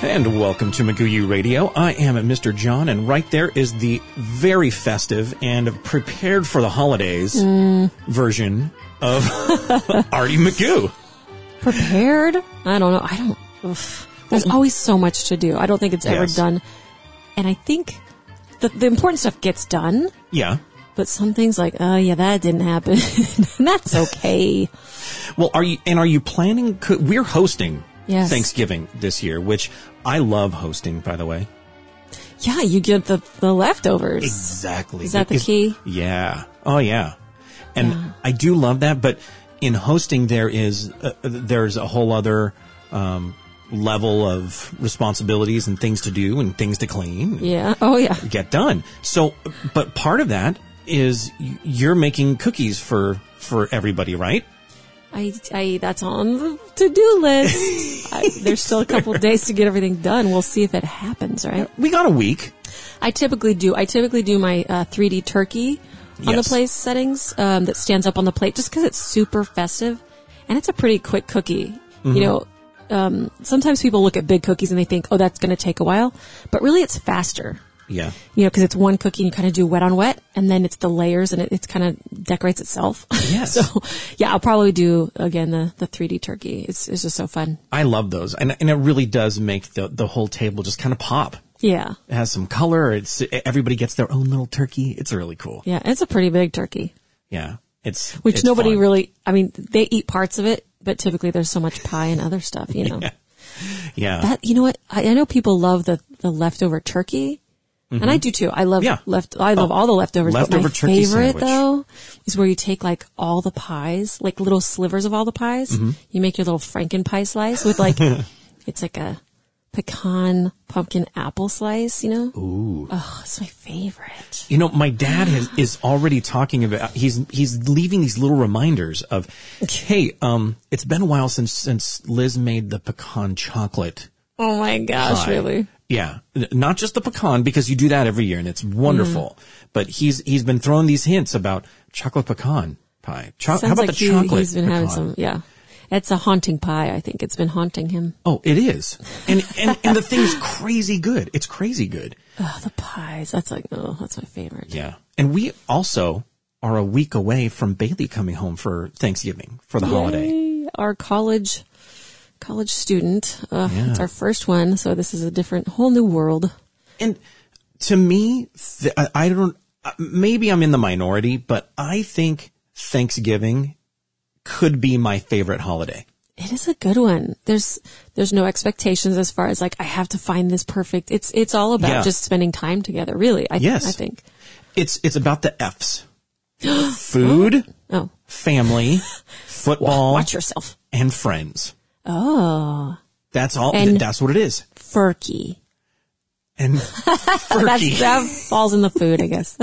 And welcome to Maguyu Radio. I am Mr. John, and right there is the very festive and prepared for the holidays version of Artie Magoo. prepared. I don't know. I don't. oof. There's always so much to do. I don't think it's ever Yes. done. And I think the, the important stuff gets done, Yeah. but some things like, oh yeah, that didn't happen. and that's okay. Well, are you and are you planning? could- We're hosting Yes. Thanksgiving this year, which I love hosting, by the way. yeah, you get the, the leftovers. Exactly. Is that the It's- key? Yeah. Oh, yeah. And I do love that, but in hosting, there is uh, there's a whole other um, level of responsibilities and things to do and things to clean. and Yeah. Oh yeah. Get done. So, but part of that is y- you're making cookies for for everybody, right? I, I, that's on the to-do list. I, there's still a couple days to get everything done. We'll see if it happens, right? We got a week. I typically do. I typically do my uh, 3D turkey on Yes. the place settings um, that stands up on the plate, just because it's super festive, and it's a pretty quick cookie. You know, um, sometimes people look at big cookies and they think, "Oh, that's going to take a while," but really, it's faster. Yeah. You know, because it's one cookie and you kind of do wet on wet, and then it's the layers and it it's kind of decorates itself. Yes. so, yeah, I'll probably do again the the 3D turkey. It's it's just so fun. I love those, and and it really does make the the whole table just kind of pop. Yeah, It has some color. It's everybody gets their own little turkey. It's really cool. yeah, it's a pretty big turkey. Yeah, it's which it's nobody fun. really i mean they eat parts of it but typically there's so much pie and other stuff you know Yeah, that you know what I, I know people love the the leftover turkey and i do too i love Mm-hmm. Yeah. Oh, left i love all the leftovers but leftover my turkey favorite sandwich. though is where you take like all the pies like little slivers of all the pies Mm-hmm. you make your little franken pie slice with like it's like a pecan pumpkin apple slice you know ooh oh it's my favorite you know, my dad has, is already talking about. He's he's leaving these little reminders of, hey, um, it's been a while since since Liz made the pecan chocolate. oh my gosh pie." really Yeah, N- not just the pecan because you do that every year and it's wonderful. Mm-hmm. But he's he's been throwing these hints about chocolate pecan pie. Cho- Sounds how about like the he, chocolate? He's been having pecan? some, yeah. It's a haunting pie. I think it's been haunting him. Oh, it is, and and and the thing's crazy good. It's crazy good. Oh, the pies. That's like, oh, that's my favorite. Yeah. And we also are a week away from Bailey coming home for Thanksgiving for the holiday. Yay. Our college, college student. Uh, It's our first one, so this is a different, whole new world. And to me, th- I- I don't, uh, maybe I'm in the minority, but I think Thanksgiving could be my favorite holiday. It is a good one. There's, there's no expectations as far as like, I have to find this perfect. It's, it's all about Yeah. just spending time together, really. I, Yes. I think. It's, it's about the F's. Food, Oh, family, football, watch yourself. and friends. Oh, That's all, And- that's what it is. furky. And That's, turkey. that falls in the food, I guess.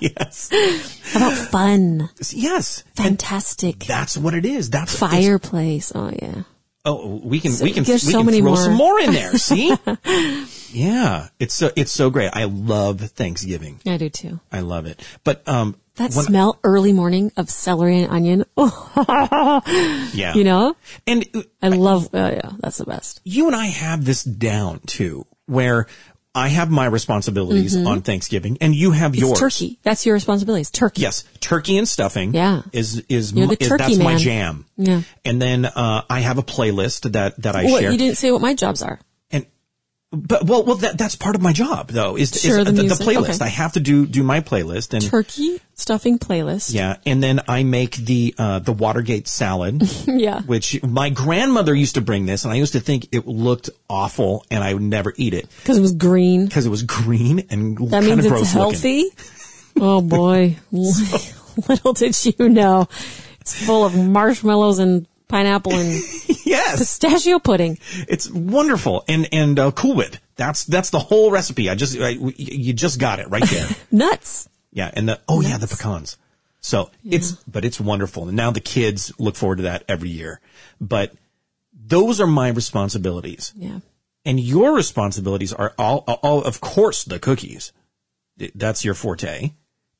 yes. How about fun? Yes. Fantastic. That's what it is. That's it's- Fireplace. Oh yeah. Oh, we can we can we there's so can many throw more. some more in there. See, yeah, it's so it's so great. I love Thanksgiving. I do too. I love it. But um, That when- smell early morning of celery and onion. Oh, yeah, you know, and uh, I love, oh yeah, that's the best. you and I have this down too, where I have my responsibilities on Thanksgiving, and you have yours. Mm-hmm. It's turkey. That's your responsibility. It's turkey. Yes, turkey and stuffing. Yeah. is is, You're my- the is turkey that's my man. jam. Yeah. and then uh, I have a playlist that that I What, share. you didn't say what my jobs are. and but well well that that's part of my job though is, Sure, is the the, the music, playlist okay. I have to do do my playlist and Turkey stuffing playlist. yeah and then I make the uh the Watergate salad Yeah. which my grandmother used to bring this and I used to think it looked awful and I would never eat it Cause it was green. because it was green and That kind means of it's gross looking. healthy. oh boy. Little did you know. It's full of marshmallows and pineapple and yes pistachio pudding. it's wonderful and and uh, Cool Whip that's that's the whole recipe I just I, you- you just got it right there Nuts. Yeah, and the oh yeah, the pecans. So it's but it's wonderful. And now the kids look forward to that every year. But those are my responsibilities. Yeah. And your responsibilities are all, all of course the cookies. Th- That's your forte.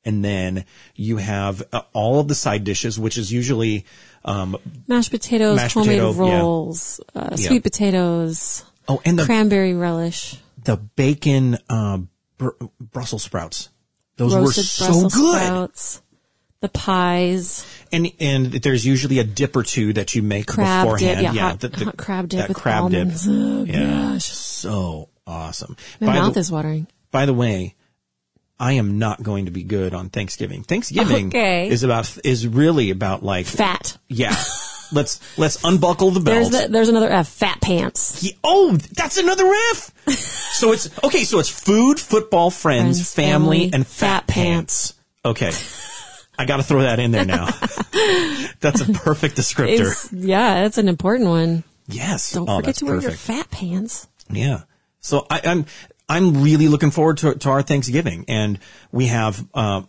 And then you have uh, all of the side dishes, which is usually um, mashed potatoes, Mashed homemade potato, yeah. rolls, uh, Yeah. sweet potatoes, Oh, and the cranberry relish, the bacon uh, br- Brussels sprouts. Those were roasted so Brussels good. sprouts, the pies. And and there's usually a dip or two that you make Crab dip, beforehand. yeah, hot- hot crab dip that with crab almonds. dip. Oh, yeah, gosh. so awesome. My by mouth the, is watering. by the way, I am not going to be good on Thanksgiving. Thanksgiving Okay. is about is really about like Fat. yeah. let's let's unbuckle the There's belt. the, there's another F. Fat pants. Ye- oh, that's another F. so it's okay. So it's food, football, friends, Friends, family, family, and fat, fat pants. Okay, I got to throw that in there now. that's a perfect descriptor. It's, yeah, that's an important one. yes. Don't oh, forget that's to wear your perfect. fat pants. yeah. So I, I'm I'm really looking forward to to our Thanksgiving, and we have uh,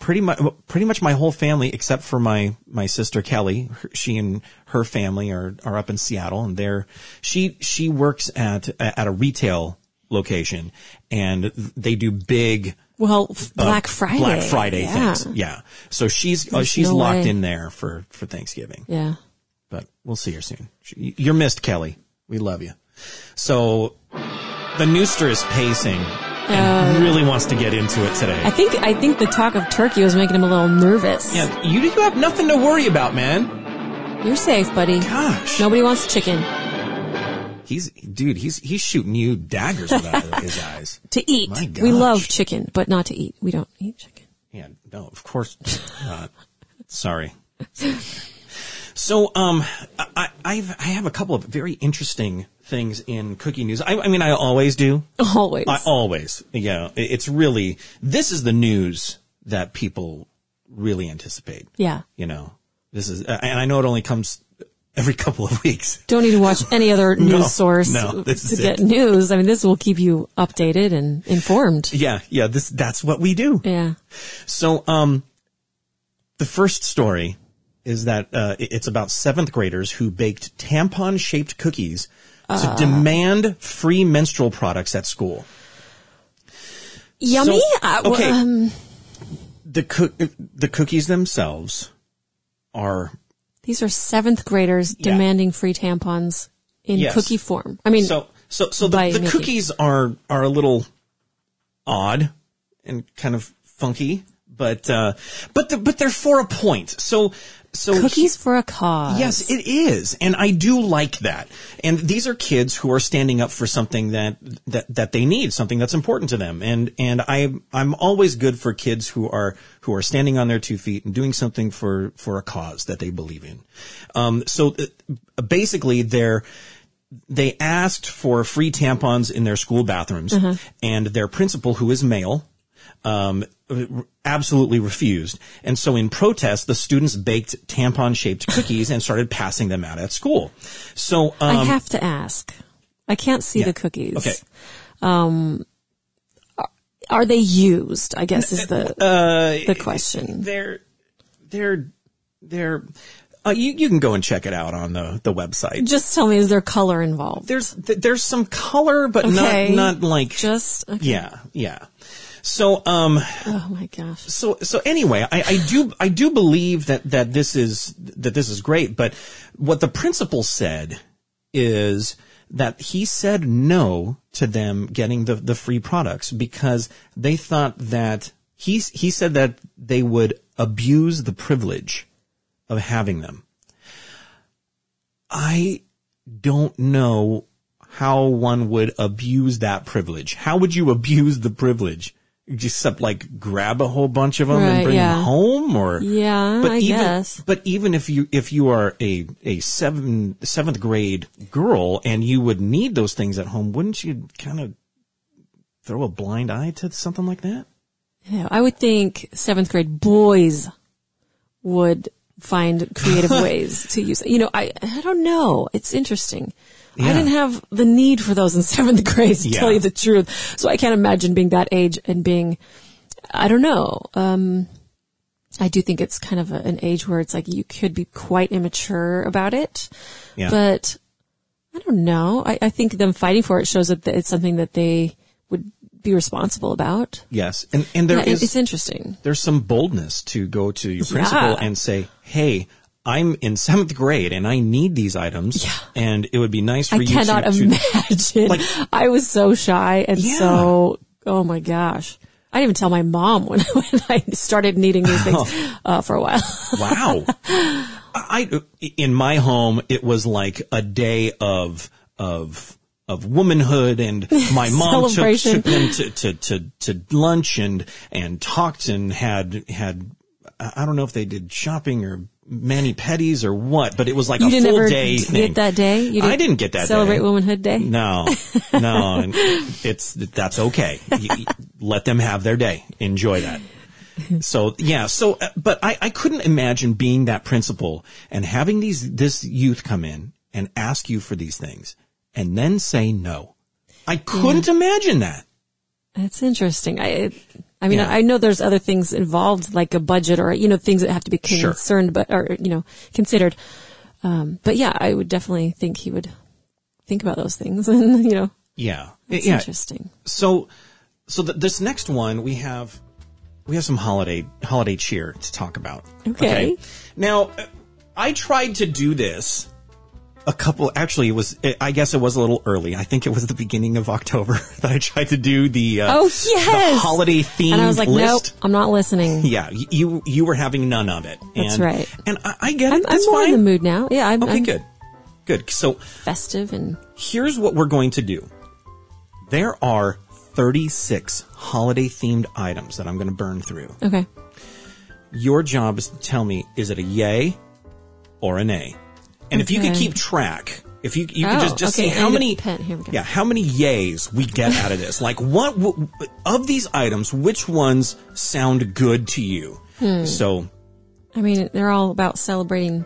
pretty much pretty much my whole family except for my my sister Kelly. Her, she and her family are are up in Seattle, and they're she she works at at a retail location, and they do big. Well, f- uh, Black Friday. Black Friday yeah. things. Yeah. So she's, uh, she's no locked way. in there for, for Thanksgiving Yeah. but we'll see her soon. She, you're missed, Kelly. We love you. So the Nooster is pacing and really wants to get into it Uh. today. I think I think the talk of turkey was making him a little nervous. Yeah, you, you have nothing to worry about, man. You're safe, buddy. Gosh. Nobody wants chicken He's, dude, he's, he's shooting you daggers with out his eyes. to eat. My We gosh. love chicken, but not to eat. We don't eat chicken. Yeah, no, of course not. Sorry. So, um, I, I- I've, I have a couple of very interesting things in cookie news. I, I mean, I always do. Always. I always, you know, it- it's really this is the news that people really anticipate. yeah. You know, this is, and I know it only comes every couple of weeks. Don't need to watch any other news source no, this to is get it. news. I mean, this will keep you updated and informed. Yeah, yeah. This that's what we do. Yeah. So, um, the first story is that uh, it- it's about seventh graders who baked tampon-shaped cookies to demand free menstrual products at school. Yummy. I- w- okay. um, The cook, the cookies themselves are these are seventh graders Yeah. demanding free tampons in Yes. cookie form. I mean, so so so by the, the Mickey. cookies are are a little odd and kind of funky but uh but the, but they're for a point so so cookies for a cause. Yes, it is. And I do like that. And these are kids who are standing up for something that, that, that they need, something that's important to them. And, and I, I'm always good for kids who are, who are standing on their two feet and doing something for, for a cause that they believe in. Um, so uh, basically they're, they asked for free tampons in their school bathrooms Mm-hmm. and their principal, who is male, um, r- absolutely refused. And so in protest, the students baked tampon shaped cookies and started passing them out at school. So, I um, have to ask. I can't see the cookies. okay. Are they used? I guess is the Uh, the question. They're, they're, they're, uh, you, you can go and check it out on the, the website. Just tell me, is there color involved? There's, th- there's some color, but Okay. not, not like, Just okay. yeah, yeah. So, um, oh my gosh. so so anyway, I, I do I do believe that that this is that this is great, but what the principal said is that he said no to them getting the the free products because they thought that he he said that they would abuse the privilege of having them. I don't know how one would abuse that privilege. How would you abuse the privilege? Except like grab a whole bunch of them and Right, bring them yeah. home or Yeah, I even, guess. But even if you if you are a a seven seventh grade girl and you would need those things at home, wouldn't you kind of throw a blind eye to something like that? Yeah, I would think seventh grade boys would find creative ways to use it. You know, I I don't know. It's interesting. I Yeah. didn't have the need for those in seventh grade to Yeah. tell you the truth. So I can't imagine being that age and being I don't know. Um I do think it's kind of a, an age where it's like you could be quite immature about it. Yeah. But I don't know. I, I think them fighting for it shows that it's something that they would be responsible about. yes. And and there Yeah, is it- it's interesting. there's some boldness to go to your principal Yeah. and say, "Hey, I'm in seventh grade and I need these items. Yeah. And it would be nice for I you to- cannot to, imagine. Like- I was so shy and Yeah. so, oh my gosh. I didn't even tell my mom when, when I started needing these things uh, for a while. Wow. I in my home it was like a day of of of womanhood and my mom took, Celebration. took them to, to to to lunch and and talked and had had I I don't know if they did shopping or mani pedis or what, but it was like You a didn't full ever day d- thing. get that day? You I didn't get that Celebrate day. Womanhood Day? No, no, and it's that's okay. You- you- let them have their day. Enjoy that. So yeah, so uh, but I I couldn't imagine being that principal and having these this youth come in and ask you for these things and then say no. I couldn't imagine that. That's interesting. I, it, I mean, Yeah. I know there's other things involved, like a budget or you know things that have to be Sure. concerned, but or you know considered. Um, but yeah, I would definitely think he would think about those things, and you know, Yeah, it's yeah. interesting. So so th- this next one we have we have some holiday holiday cheer to talk about. Okay. Now, uh, I tried to do this a couple actually it was I guess it was a little early. I think it was the beginning of October that I tried to do the uh, Oh, the yes! holiday themed And I was like, list. nope, I'm not listening. Yeah, y- you you were having none of it. That's and, right. And I, I get it. I'm, I'm That's more fine. in the mood now. Yeah, I'm, okay, I'm good. Good. So, festive and here's what we're going to do. There are 36 holiday themed items that I'm going to burn through. okay. Your job is to tell me is it a yay or a nay. And if you could Okay. keep track, if you you could Oh, just just okay, see I how need a many pen. Here we go. yeah how many yays we get out of this. Like what w- of these items, which ones sound good to you? Hmm. So I mean, they're all about celebrating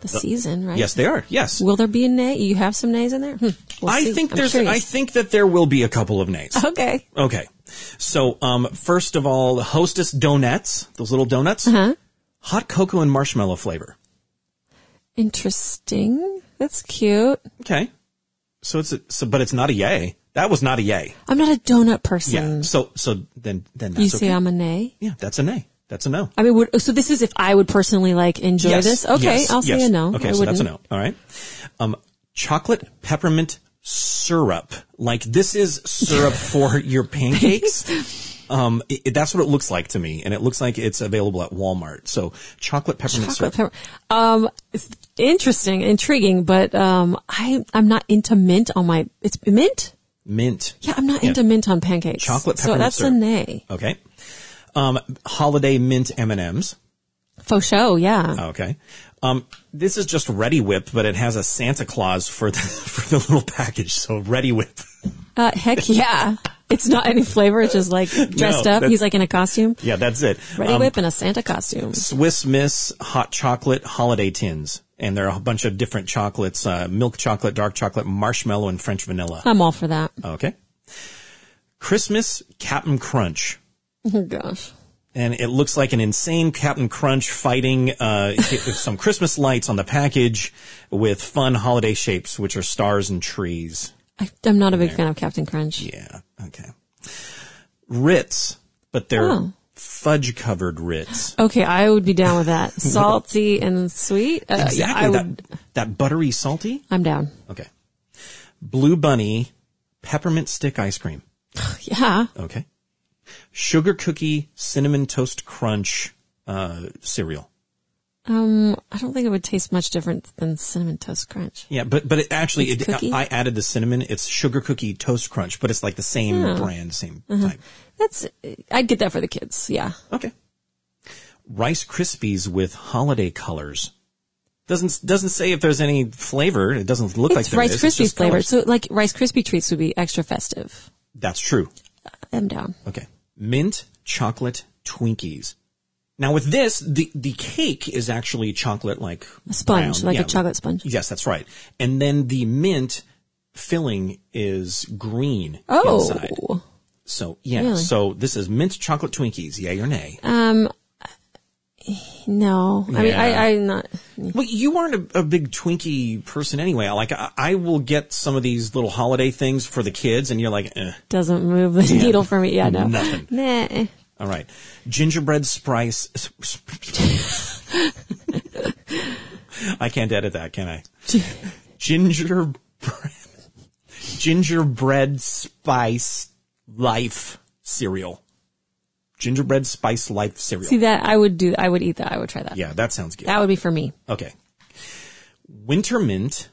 the season, right? yes, they are. Yes, Will there be a nay? You have some nays in there? Hmm. We'll I see. think I'm there's I curious. think that there will be a couple of nays. okay. Okay. So, um, first of all, Hostess donuts, those little donuts, Huh? hot cocoa and marshmallow flavor. Interesting. That's cute. Okay. So it's a, so, but it's not a yay. That was not a yay. I'm not a donut Yeah. person. So, so then, then you that's say okay. I'm a nay. yeah, that's a nay. That's a no. I mean, would, so this is if I would personally like enjoy yes. this. Okay, Yes. I'll say Yes. a no. Okay. I so that's a wouldn't. no. All right. Um, chocolate peppermint syrup. Like this is syrup for your pancakes. Um, it, it- that's what it looks like to me. And it looks like it's available at Walmart. So chocolate peppermint syrup. Chocolate pepper. Um, it's interesting, intriguing, but um, I I'm not into mint on my. It's mint. mint. Yeah, I'm not into mint on pancakes. Chocolate So peppermint that's syrup. a nay. Okay. Um, holiday mint M and M's. For sure. Yeah. Okay. Um, this is just Ready Whip, but it has a Santa Claus for the for the little package. So Ready Whip. Oh. Uh, heck yeah. It's not any flavor. It's just like dressed up. that's- He's like in a costume. Yeah, that's it. Ready Um, whip and a Santa costume. Swiss Miss hot chocolate holiday tins, and there are a bunch of different chocolates: uh, milk chocolate, dark chocolate, marshmallow, and French vanilla. I'm all for that. Okay. Christmas Cap'n Crunch. Oh gosh. and it looks like an insane Captain Crunch fighting uh, some Christmas lights on the package with fun holiday shapes, which are stars and trees. I, I'm not a big fan of Captain Crunch. Yeah, okay. Ritz, but they're Oh. fudge covered Ritz. Okay, I would be down with that. Salty and sweet. Uh, yeah, Exactly I that, would, that buttery salty. I'm down. Okay. Blue bunny, peppermint stick ice cream. Yeah. Okay. Sugar cookie, cinnamon toast crunch uh, cereal. Um, I don't think it would taste much different than cinnamon toast crunch. Yeah, but but it actually, It's it, cookie? I added the cinnamon. It's sugar cookie toast crunch, but it's like the same Oh. brand, same Uh-huh. type. That's. I'd get that for the kids. Yeah. Okay. Rice Krispies with holiday colors. Doesn't doesn't say if there's any flavor. It doesn't look like it's there Rice is. It's Krispies just flavored, colors. so like Rice Krispie treats would be extra festive. That's true. I'm down. Okay. Mint chocolate Twinkies. Now with this, the the cake is actually chocolate like A sponge, brown. like Yeah. a chocolate sponge. Yes, that's right. And then the mint filling is green Oh. inside. So yeah, Really? so this is mint chocolate Twinkies, yay or nay? Um. No, I mean, Yeah. I, I'm not. well, you aren't a, a big Twinkie person anyway. Like I, I will get some of these little holiday things for the kids, and you're like, eh. Doesn't move the needle for me. Yeah, no. Nothing. Nah. all right, gingerbread spice. I can't edit that, can I? Gingerbread, gingerbread spice life cereal. Gingerbread spice life cereal. See that? I would do, I would eat that. I would try that. yeah, that sounds good. That would be for me. Okay. Winter mint,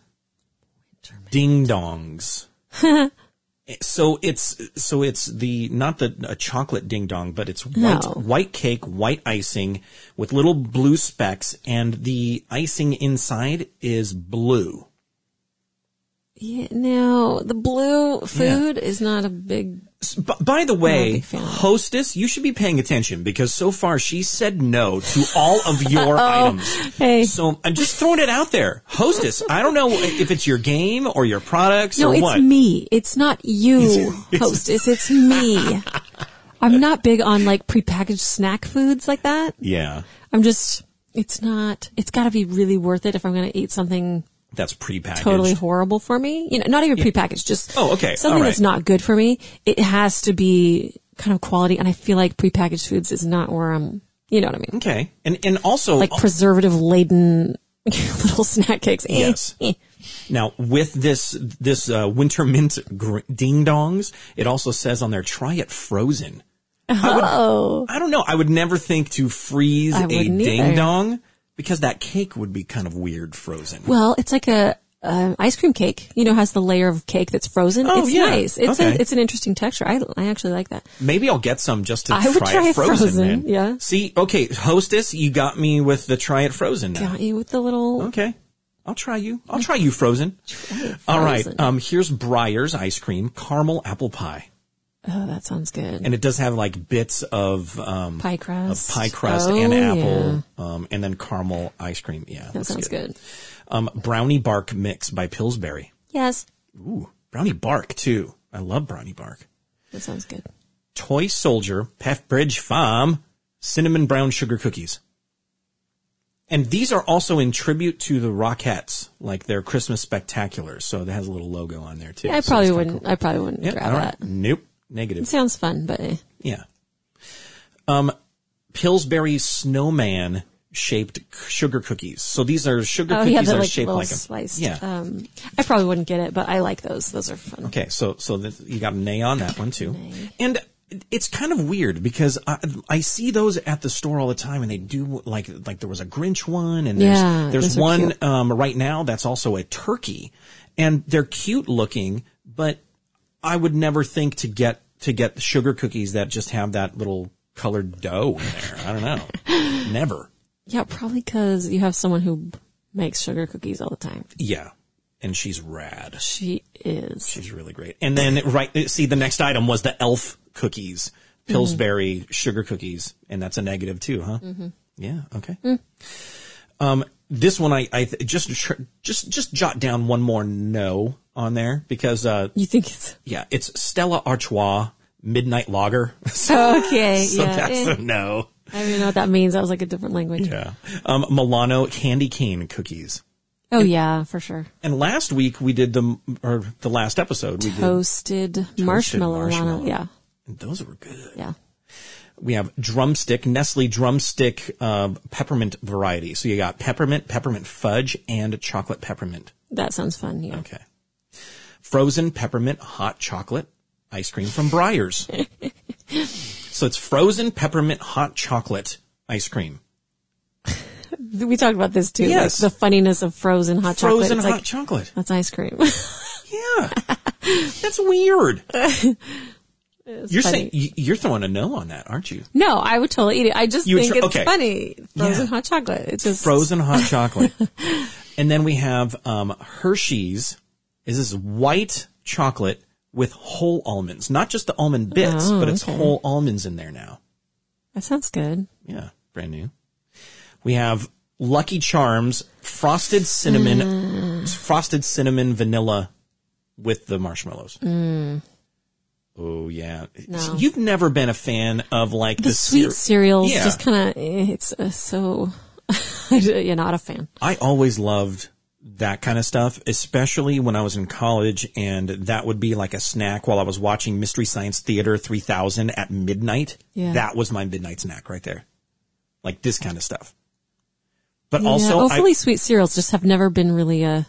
ding dongs. so it's so it's the not the a chocolate ding dong, but it's white No. white cake, white icing with little blue specks, and the icing inside is blue. Yeah, no, the blue food is not a big, S- b- by the way, big fan. hostess, you should be paying attention because so far she said no to all of your items. Oh, hey. So I'm just throwing it out there. Hostess, I don't know if it's your game or your products No, or it's what. me. It's not you, hostess. It's me. I'm not big on like prepackaged snack foods like that. Yeah. I'm just, it's not, it's gotta be really worth it if I'm gonna eat something That's prepackaged. totally horrible for me. You know, not even prepackaged, just Oh, okay. something All right. that's not good for me. It has to be kind of quality. And I feel like prepackaged foods is not where I'm, you know what I mean? Okay. And and also Like preservative laden little snack cakes. Eh, Yes. eh. now with this this uh, winter mint gr- ding dongs, it also says on there try it frozen. Oh, I don't know. I would never think to freeze I a wouldn't either. ding dong because that cake would be kind of weird frozen. well, it's like a, uh, ice cream cake, you know, has the layer of cake that's frozen. Oh, it's yeah. nice. It's Okay. a, it's an interesting texture. I, I actually like that. Maybe I'll get some just to I would try it it frozen. frozen, man. yeah. See, okay, hostess, you got me with the try it frozen. Now. Got you with the little Okay. I'll try you. I'll try you frozen. All right. frozen. Um, here's Briar's ice cream, caramel apple pie. Oh, that sounds good. And it does have like bits of, um, pie of crust. pie crust Oh, and yeah. apple, um, and then caramel ice cream. Yeah. That sounds good. Um, brownie bark mix by Pillsbury. Yes. Ooh, brownie bark too. I love brownie bark. That sounds good. Toy Soldier, Peff Bridge Farm, cinnamon brown sugar cookies. And these are also in tribute to the Rockettes, like their Christmas spectaculars. So it has a little logo on there too. Yeah, I So probably it's kinda wouldn't. I probably wouldn't cool. Yeah, grab all right. that. Nope. It Negative. sounds fun, but eh. Yeah. Um, Pillsbury snowman shaped c- sugar cookies. So these are sugar oh cookies yeah, that the are like shaped little like them. sliced. Yeah. Um, I probably wouldn't get it, but I like those. Those are fun. Okay, so so that you got a nay on that one too, and it's kind of weird because I, I see those at the store all the time, and they do like like there was a Grinch one, and there's Yeah, there's those are one cute. um, right now that's also a turkey, and they're cute looking, but I would never think to get to get sugar cookies that just have that little colored dough in there. I don't know, never. Yeah, probably because you have someone who makes sugar cookies all the time. Yeah, and she's rad. She is. She's really great. And then right, see the next item was the elf cookies, Mm-hmm. Pillsbury sugar cookies, and that's a negative too, huh? Mm-hmm. Yeah. Okay. Mm. Um, this one I, I th- just tr- just just jot down one more no on there because uh You think it's yeah it's Stella Artois Midnight Lager so, okay? so yeah. that's eh. a no I don't even know what that means. That was like a different language. yeah um Milano candy cane cookies Oh yeah, for sure. and last week we did the or the last episode we Toasted, marshmallow. marshmallow. Yeah. did those were good Yeah. we have drumstick, Nestle drumstick uh, peppermint variety. So you got peppermint, peppermint fudge, and chocolate peppermint. That sounds fun. Yeah. Okay. Frozen peppermint hot chocolate ice cream from Breyers. so it's frozen peppermint hot chocolate ice cream. We talked about this too. like Yes. the funniness of frozen hot chocolate. Frozen It's hot like, chocolate. that's ice cream. Yeah. That's weird. You're saying funny. y- you're throwing a no on that, aren't you? No, I would totally eat it. I just You would think try- it's okay. funny. Frozen Yeah. hot chocolate. It's just frozen hot chocolate. and then we have um, Hershey's. Is this white chocolate with whole almonds? Not just the almond bits, Oh, but it's okay. whole almonds in there now. That sounds good. Yeah, brand new. We have Lucky Charms frosted cinnamon, Mm. frosted cinnamon vanilla with the marshmallows. Oh yeah, Mm. No. you've never been a fan of like the, The sweet cere- cereals Yeah. just kind of it's uh, so you're not a fan. I always loved that kind of stuff, especially when I was in college and that would be like a snack while I was watching Mystery Science Theater 3000 at midnight. Yeah. That was my midnight snack right there. Like this kind of stuff. But also, I- hopefully sweet cereals just have never been really a.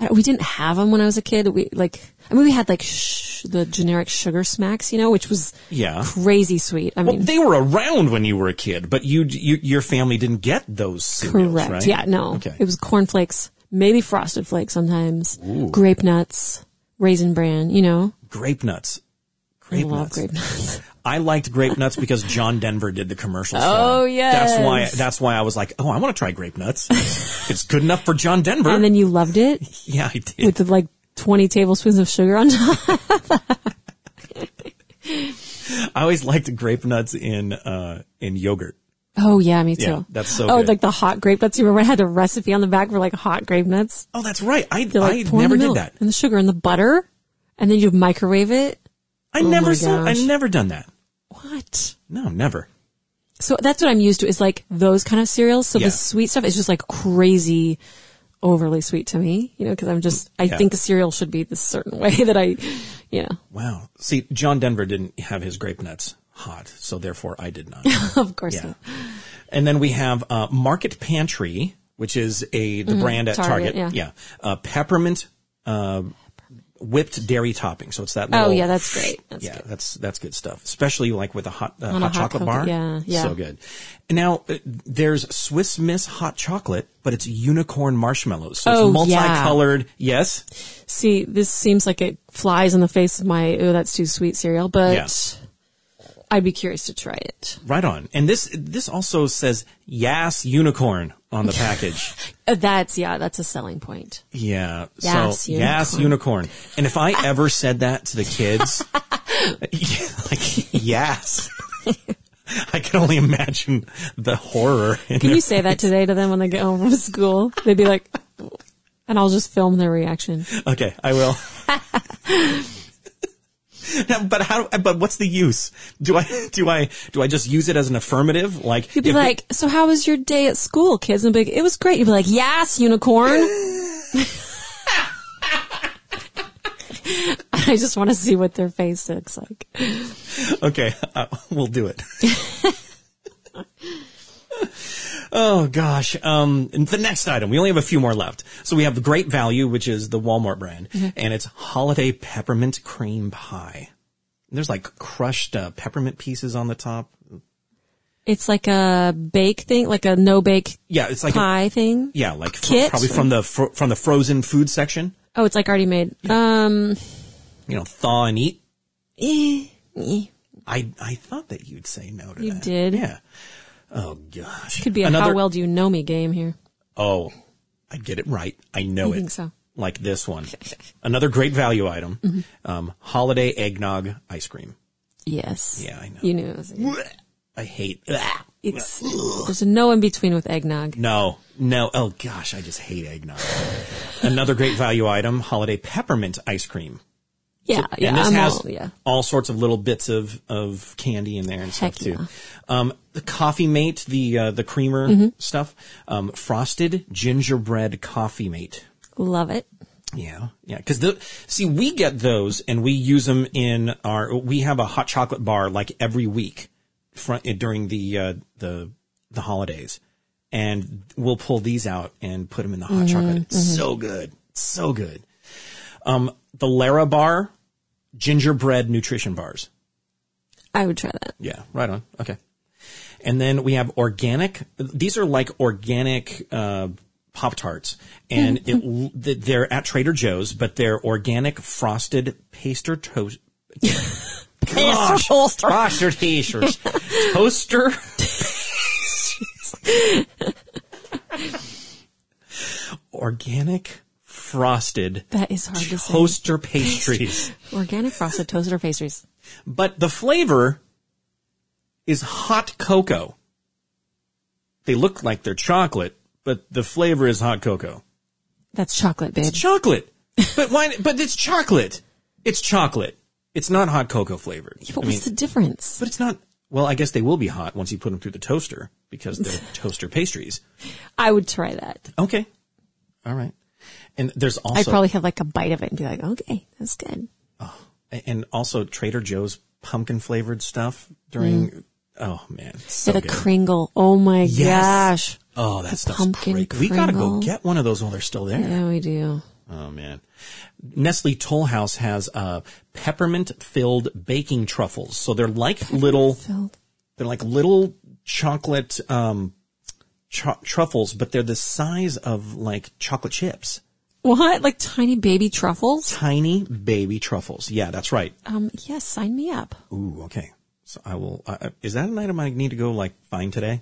I- We didn't have them when I was a kid. We like, I mean, we had like sh- the generic sugar smacks, you know, which was yeah. crazy sweet. I Well, mean, they were around when you were a kid, but you, you your family didn't get those cereals, correct? right? Yeah, no, Okay. it was cornflakes, maybe frosted flakes sometimes, grape nuts, raisin bran. You know, grape nuts. Grape I love nuts. grape nuts. I liked grape nuts because John Denver did the commercials. for Oh, them. That's why. yes. That's why I was like, oh, I want to try grape nuts. it's good enough for John Denver. and then you loved it yeah, I did. with the like twenty tablespoons of sugar on top. I always liked grape nuts in uh in yogurt. Oh yeah, me too. Yeah, that's so Oh, good. like the hot grape nuts. You remember I had a recipe on the back for like hot grape nuts. Oh, that's right. I They're like I pour in never the did milk that. and the sugar and the butter, and then you microwave it. I Oh never my saw. I gosh. never done that. What? No, never. So that's what I'm used to is like those kind of cereals. So Yeah. the sweet stuff is just like crazy, overly sweet to me. You know, because I'm just I Yeah. think a cereal should be this certain way that I, you know, Wow. See, John Denver didn't have his grape nuts hot, so therefore I did not. of course. Yeah. not. Oh, And then we have uh, Market Pantry, which is a the brand at Target. Mm-hmm. Target, Yeah. Uh, peppermint uh, whipped dairy topping. So it's that. Oh little- yeah, that's great. That's yeah, good. that's that's good stuff, especially like with a hot uh, hot, On a hot chocolate bar. cookie, yeah, yeah. so good. Now uh, there's Swiss Miss hot chocolate, but it's unicorn marshmallows, so Oh, it's yeah. multicolored. Yes, See, this seems like it flies in the face of my oh that's too sweet cereal, but I'd be curious to try it. right on. And this this also says yes unicorn on the package. Uh, That's yeah, that's a selling point. Yeah. Yes, so yes, unicorn. And if I ever said that to the kids, like yes, I can only imagine the horror. in Can their- you say that today to them when they get home from school? They'd be like, and I'll just film their reaction. okay, I will. Now, but how? But what's the use? Do I do I do I just use it as an affirmative? Like You'd be if it- like, so how was your day at school, kids? And I'd be like, it was great. You'd be like, yes, unicorn. I just want to see what their face looks like. Okay, uh, we'll do it. oh gosh. Um, and the next item. We only have a few more left. So we have the Great Value, which is the Walmart brand, Mm-hmm. and it's holiday peppermint cream pie. And There's like crushed uh, peppermint pieces on the top. It's like a bake thing, like a no bake Yeah, it's like a- pie thing. yeah, like fr- Kit? probably from the fr- from the frozen food section. Oh, it's like already made. Um, You know, thaw and eat. eh, eh. I I thought that you'd say no to You that. did. Yeah. Oh gosh. could be a Another- how well do you know me game here. Oh, I get it right. I know I it. think so. Like this one. Another great value item. Mm-hmm. Um, holiday eggnog ice cream. Yes. Yeah, I know. You knew it was. I hate. ah, It's there's a no in between with eggnog. No, no. Oh gosh, I just hate eggnog. Another great value item, holiday peppermint ice cream. Yeah, Uh, yeah, and this I'm has all, yeah. all sorts of little bits of, of candy in there and stuff Heck yeah. too. Um, the coffee mate, the, uh, the creamer Mm-hmm. stuff, um, frosted gingerbread coffee mate. Love it. Yeah, yeah. Because the see, we get those and we use them in our. We have a hot chocolate bar like every week, front during the uh, the the holidays, and we'll pull these out and put them in the hot chocolate. It's so good, It's so good. Um, the Lara bar, gingerbread nutrition bars. I would try that. Yeah, right on. Okay. And then we have organic. These are like organic uh, pop tarts, and it l- th- they're at Trader Joe's, but they're organic frosted pastry toast. Gosh, frosted pastries, toaster. organic frosted That is hard to say. toaster pastries. Organic frosted toasted or pastries. but the flavor is hot cocoa. They look like they're chocolate, but the flavor is hot cocoa. That's chocolate, babe. It's chocolate. but why but it's chocolate. It's chocolate. It's not hot cocoa flavored. But I mean, what's the difference? but it's not well, I guess they will be hot once you put them through the toaster because they're toaster pastries. I would try that. Okay. All right. And there's also oh, I'd probably have like a bite of it and be like, okay, that's good. and also Trader Joe's pumpkin Mm. flavored stuff during Oh man. So Get a good. Kringle. Oh my Yes. gosh. Oh, that stuff's pumpkin great. We gotta go kringle. get one of those while they're still there. Yeah, we do. Oh man. Nestle Toll House has uh peppermint filled baking truffles. So they're like little Filled. they're like little chocolate um tru- truffles, but they're the size of like chocolate chips. What? Like tiny baby truffles? Tiny baby truffles. Yeah, that's right. Um, yes, sign me up. Ooh, okay. So I will. I I- is that an item I need to go like find today?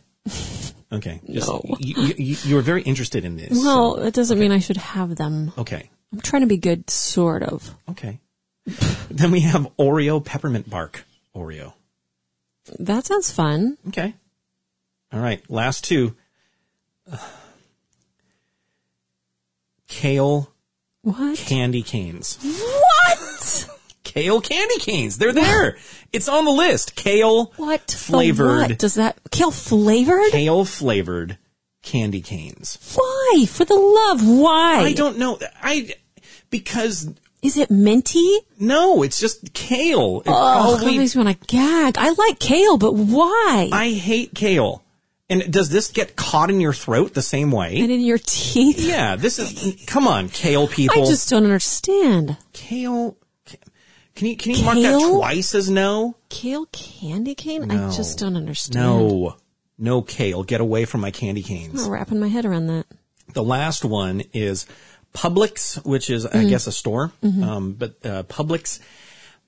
Okay. Just, No. You, you, you- you were very interested in this. Well, that doesn't mean I should have them. so- okay. I'm trying to be good, sort of. Okay. then we have Oreo peppermint bark. Oreo. That sounds fun. Okay. All right. Last two. Kale What? candy canes. What? Kale candy canes. They're there. It's on the list. Kale. What the Flavored. What? Does that kale flavored? Kale flavored candy canes. Why? For the love, why? I don't know. I because Is it minty? no, it's just kale. It Oh, that probably- makes me want to gag. I like kale, but why? I hate kale. And does this get caught in your throat the same way? and in your teeth? Yeah, this is. Come on, kale people. I just don't understand. kale. Can you can you mark that Kale? twice as no? Kale candy cane? No. I just don't understand. No, no kale. Get away from my candy canes. I'm not wrapping my head around that. The last one is Publix, which is, Mm-hmm. I guess, a store. Um, but uh, Publix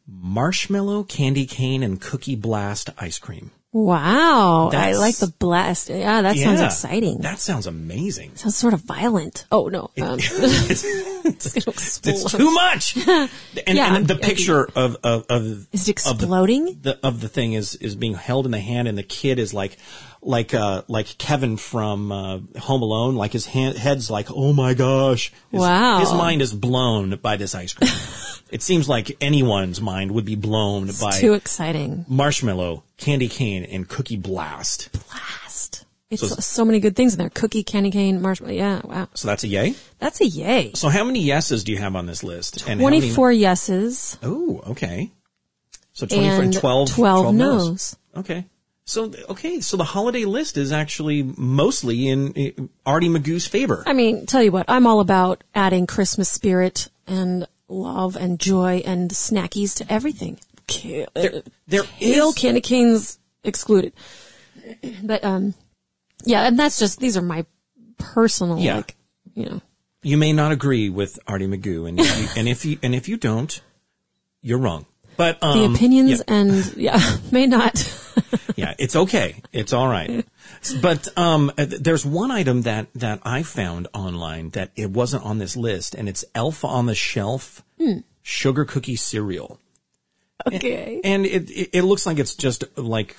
marshmallow candy cane and cookie blast ice cream. Wow. I That's- like the blast. Yeah, that sounds Yeah. exciting. That sounds amazing. sounds sort of violent. Oh, no. Um, it's, it's going to explode. it's too much. And, Yeah, and the I'm- picture of, of, of Is it exploding? the of the thing is is being held in the hand, and the kid is like, like uh, like Kevin from uh, Home Alone. Like his hand, head's like, oh my gosh! His, Wow. his mind is blown by this ice cream. it seems like anyone's mind would be blown by It's too exciting. marshmallow, candy cane, and cookie blast. Blast. It's so, so many good things in there. Cookie, candy cane, marshmallow. Yeah, wow. So that's a yay. That's a yay. So how many yeses do you have on this list? And how many- 24 yeses. Oh, okay. So 24 and And 12, 12 no's. no's. Okay. So th- okay, so the holiday list is actually mostly in, in Artie Magoo's favor. I mean, tell you what, I'm all about adding Christmas spirit and love and joy and snackies to everything. Kale, There, there kale is candy canes excluded. But, um, yeah, and that's just, these are my personal, Yeah. like, you know, you may not agree with Artie Magoo and if you, and if you and if you don't, you're wrong. But the um opinions and, yeah, may not. yeah, it's okay. It's all right. But um, uh, th- there's one item that that I found online that it wasn't on this list, and it's Elf on the Shelf Hmm. sugar cookie cereal, Okay. and it, it it looks like it's just like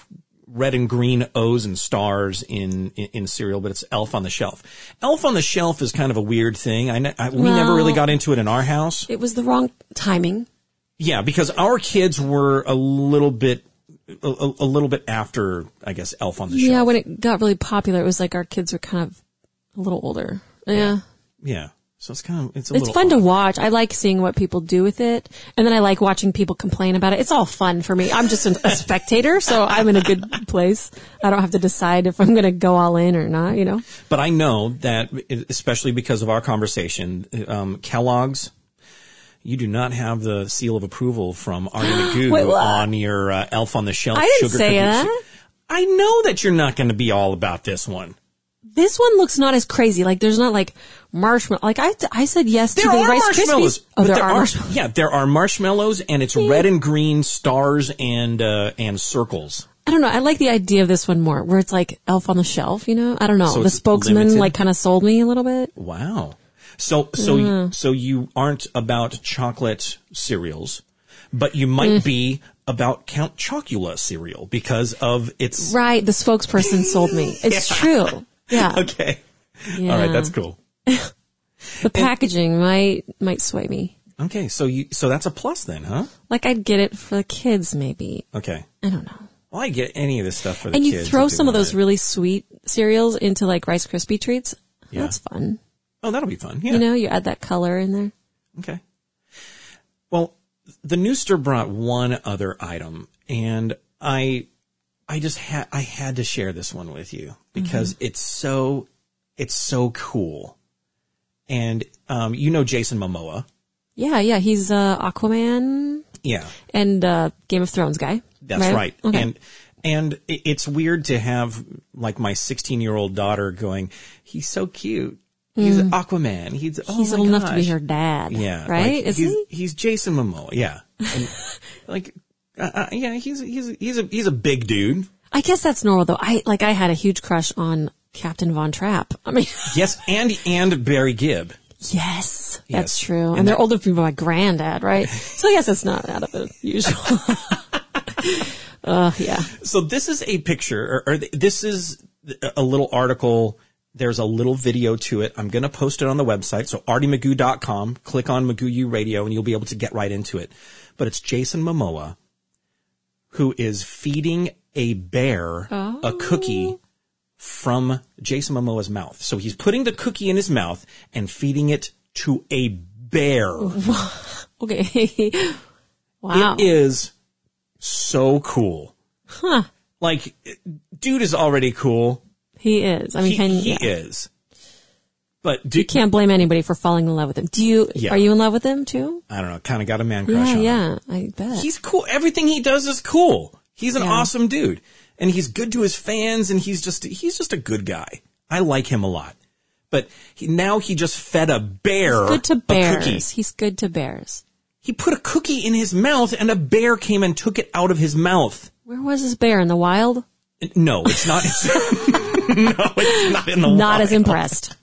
red and green O's and stars in, in in cereal, but it's Elf on the Shelf. Elf on the Shelf is kind of a weird thing. I, ne- I we never really Well- got into it in our house. It was the wrong timing. Yeah, because our kids were a little bit. A, a a little bit after, I guess, Elf on the Shelf. Yeah, when it got really popular, it was like our kids were kind of a little older. yeah. Yeah. So it's kind of it's a It's little fun to watch. I like seeing what people do with it. And then I like watching people complain about it. It's all fun for me. I'm just an, a spectator, so I'm in a good place. I don't have to decide if I'm going to go all in or not, you know? But I know that especially because of our conversation, um, Kellogg's. You do not have the seal of approval from Artie Wait, Magoo what? on your uh, Elf on the Shelf. I didn't sugar say cookie that. chip. I know that you're not going to be all about this one. This one looks not as crazy. Like there's not like marshmallow. Like I, I said yes There to the are Rice marshmallows. Krispies. but Oh, there, are marshmallows. Yeah, there are marshmallows, and it's red and green stars and uh, and circles. I don't know. I like the idea of this one more where it's like elf on the shelf, you know? I don't know. So the it's spokesman limited? like kind of sold me a little bit. Wow. So so Mm. so you aren't about chocolate cereals, but you Mm. might be about Count Chocula cereal because of its Right. The spokesperson sold me. It's true. Yeah. Okay. All right, Yeah. that's cool. The packaging might might sway me. Okay, so you so that's a plus then, huh? Like I'd get it for the kids, maybe. Okay. I don't know. Well, I get any of this stuff for the And you kids throw if they some of want those it. really sweet cereals into like Rice Krispie treats. Yeah. That's fun. Oh, that'll be fun. Yeah. You know, you add that color in there. Okay. Well, the newster brought one other item, and Mm-hmm. I, I just had I had to share this one with you because it's so It's so cool. And um, you know Jason Momoa. Yeah, yeah. He's uh, Aquaman Yeah. and uh, Game of Thrones guy. That's right. Okay. And and i- it's weird to have like my 16 year old daughter going, he's so cute. He's Aquaman. He's oh Mm. he's my old enough to be gosh." her dad. Yeah. Right? Like, Is he's, he? He's Jason Momoa. Yeah. And, like, uh, uh, yeah, he's he's he's a he's a big dude. I guess that's normal though. I like I had a huge crush on Captain Von Trapp. I mean, Yes, and and Barry Gibb. yes, Yes. that's true. And, And they're that- older people, my granddad, right? So I guess it's not out of the usual. uh, yeah. So this is a picture, or, or th- this is a little article. There's a little video to it. I'm going to post it on the website. So artymagoo.com, click on Magoo U Radio and you'll be able to get right into it. But it's Jason Momoa who is feeding a bear a cookie from Jason Momoa's mouth. So he's putting the cookie in his mouth and feeding it to a bear. Okay. wow. It is so cool. Huh. Like, dude is already cool. He is. I mean, he, can, he yeah. is. But do, you can't blame anybody for falling in love with him. Do you? Yeah. Are you in love with him too? I don't know, kind of got a man crush Yeah, on him. yeah. I bet. He's cool. Everything he does is cool. He's an Yeah. awesome dude. And he's good to his fans and he's just he's just a good guy. I like him a lot. But he, now he just fed a bear good to a cookie. bears. He's good to bears. He put a cookie in his mouth and a bear came and took it out of his mouth. Where was this bear in the wild? No, it's not. It's, no, it's not in the Not as wild. impressed.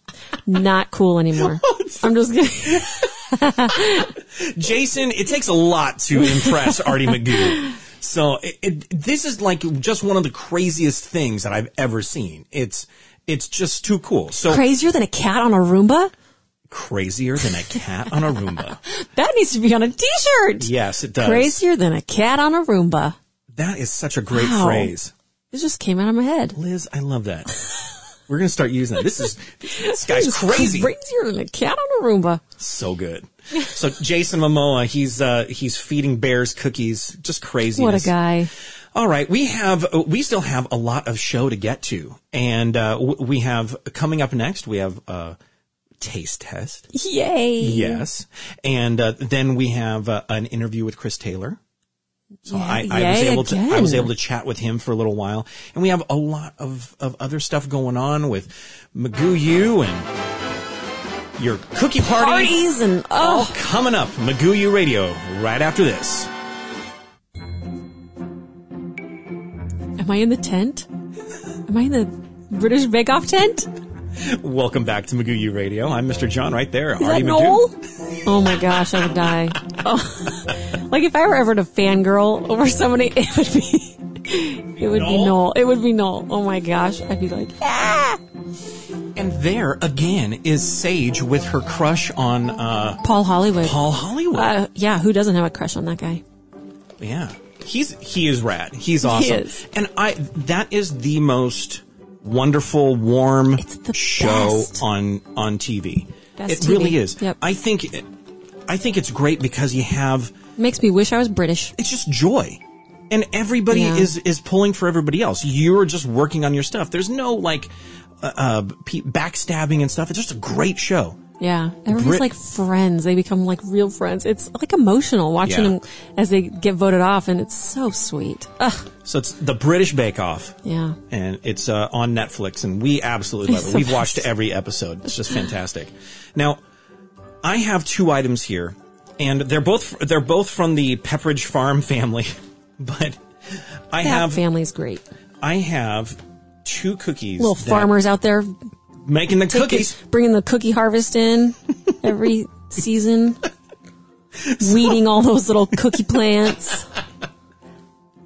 Not cool anymore. Oh, I'm just kidding. Jason, it takes a lot to impress Artie Magoo. So it, it, this is like just one of the craziest things that I've ever seen. It's it's just too cool. So Crazier than a cat on a Roomba? crazier than a cat on a Roomba. That needs to be on a t-shirt. Yes, it does. Crazier than a cat on a Roomba. That is such a great Wow. phrase, It just came out of my head. Liz. I love that. We're gonna start using that. This is this guy's crazy. Crazier than a cat on a Roomba. So good. So Jason Momoa, he's uh he's feeding bears cookies. Just crazy. What a guy. All right, we have uh, we still have a lot of show to get to, and uh, w- we have coming up next we have a taste test, Yay. yes, and uh, then we have uh, an interview with Chris Taylor. So I, I was yay able to I was again. able to chat with him for a little while, and we have a lot of of other stuff going on with Magoo U and your cookie party Parties and, all oh. coming up Magoo U Radio right after this. Am I in the tent? Am I in the British Bake Off tent? Is Welcome back to Magoo U Radio. I'm Mr. John right there. Is that Noel? Oh my gosh, I would die. Oh. Like if I were ever to fangirl over somebody, it would be, it would be Noel? Noel. It would be Noel. Oh my gosh, I'd be like, ah! And there again is Sage with her crush on uh, Paul Hollywood. Paul Hollywood. Uh, yeah, who doesn't have a crush on that guy? yeah, he's he is rad. He's awesome. is. And I that is the most wonderful, warm the show best. on on TV. Best it TV. really is. Yep. I think it, I think it's great because you have Makes me wish I was British. it's just joy. And everybody Yeah. is is pulling for everybody else. You're just working on your stuff. There's no like uh, uh pe- backstabbing and stuff. It's just a great show. Yeah, everyone's Brit- like friends. They become like real friends. It's like emotional watching Yeah. them as they get voted off, and it's so sweet. Ugh, So it's the British Bake Off. yeah. and it's uh, on Netflix, and we absolutely love It's it. the We've watched every episode; it's just fantastic. Now, I have two items here, and they're both they're both from the Pepperidge Farm family, but I That have family's great. I have two cookies. Little that- farmers out there making the cookies. bringing the cookie harvest in every season, weeding all those little cookie plants.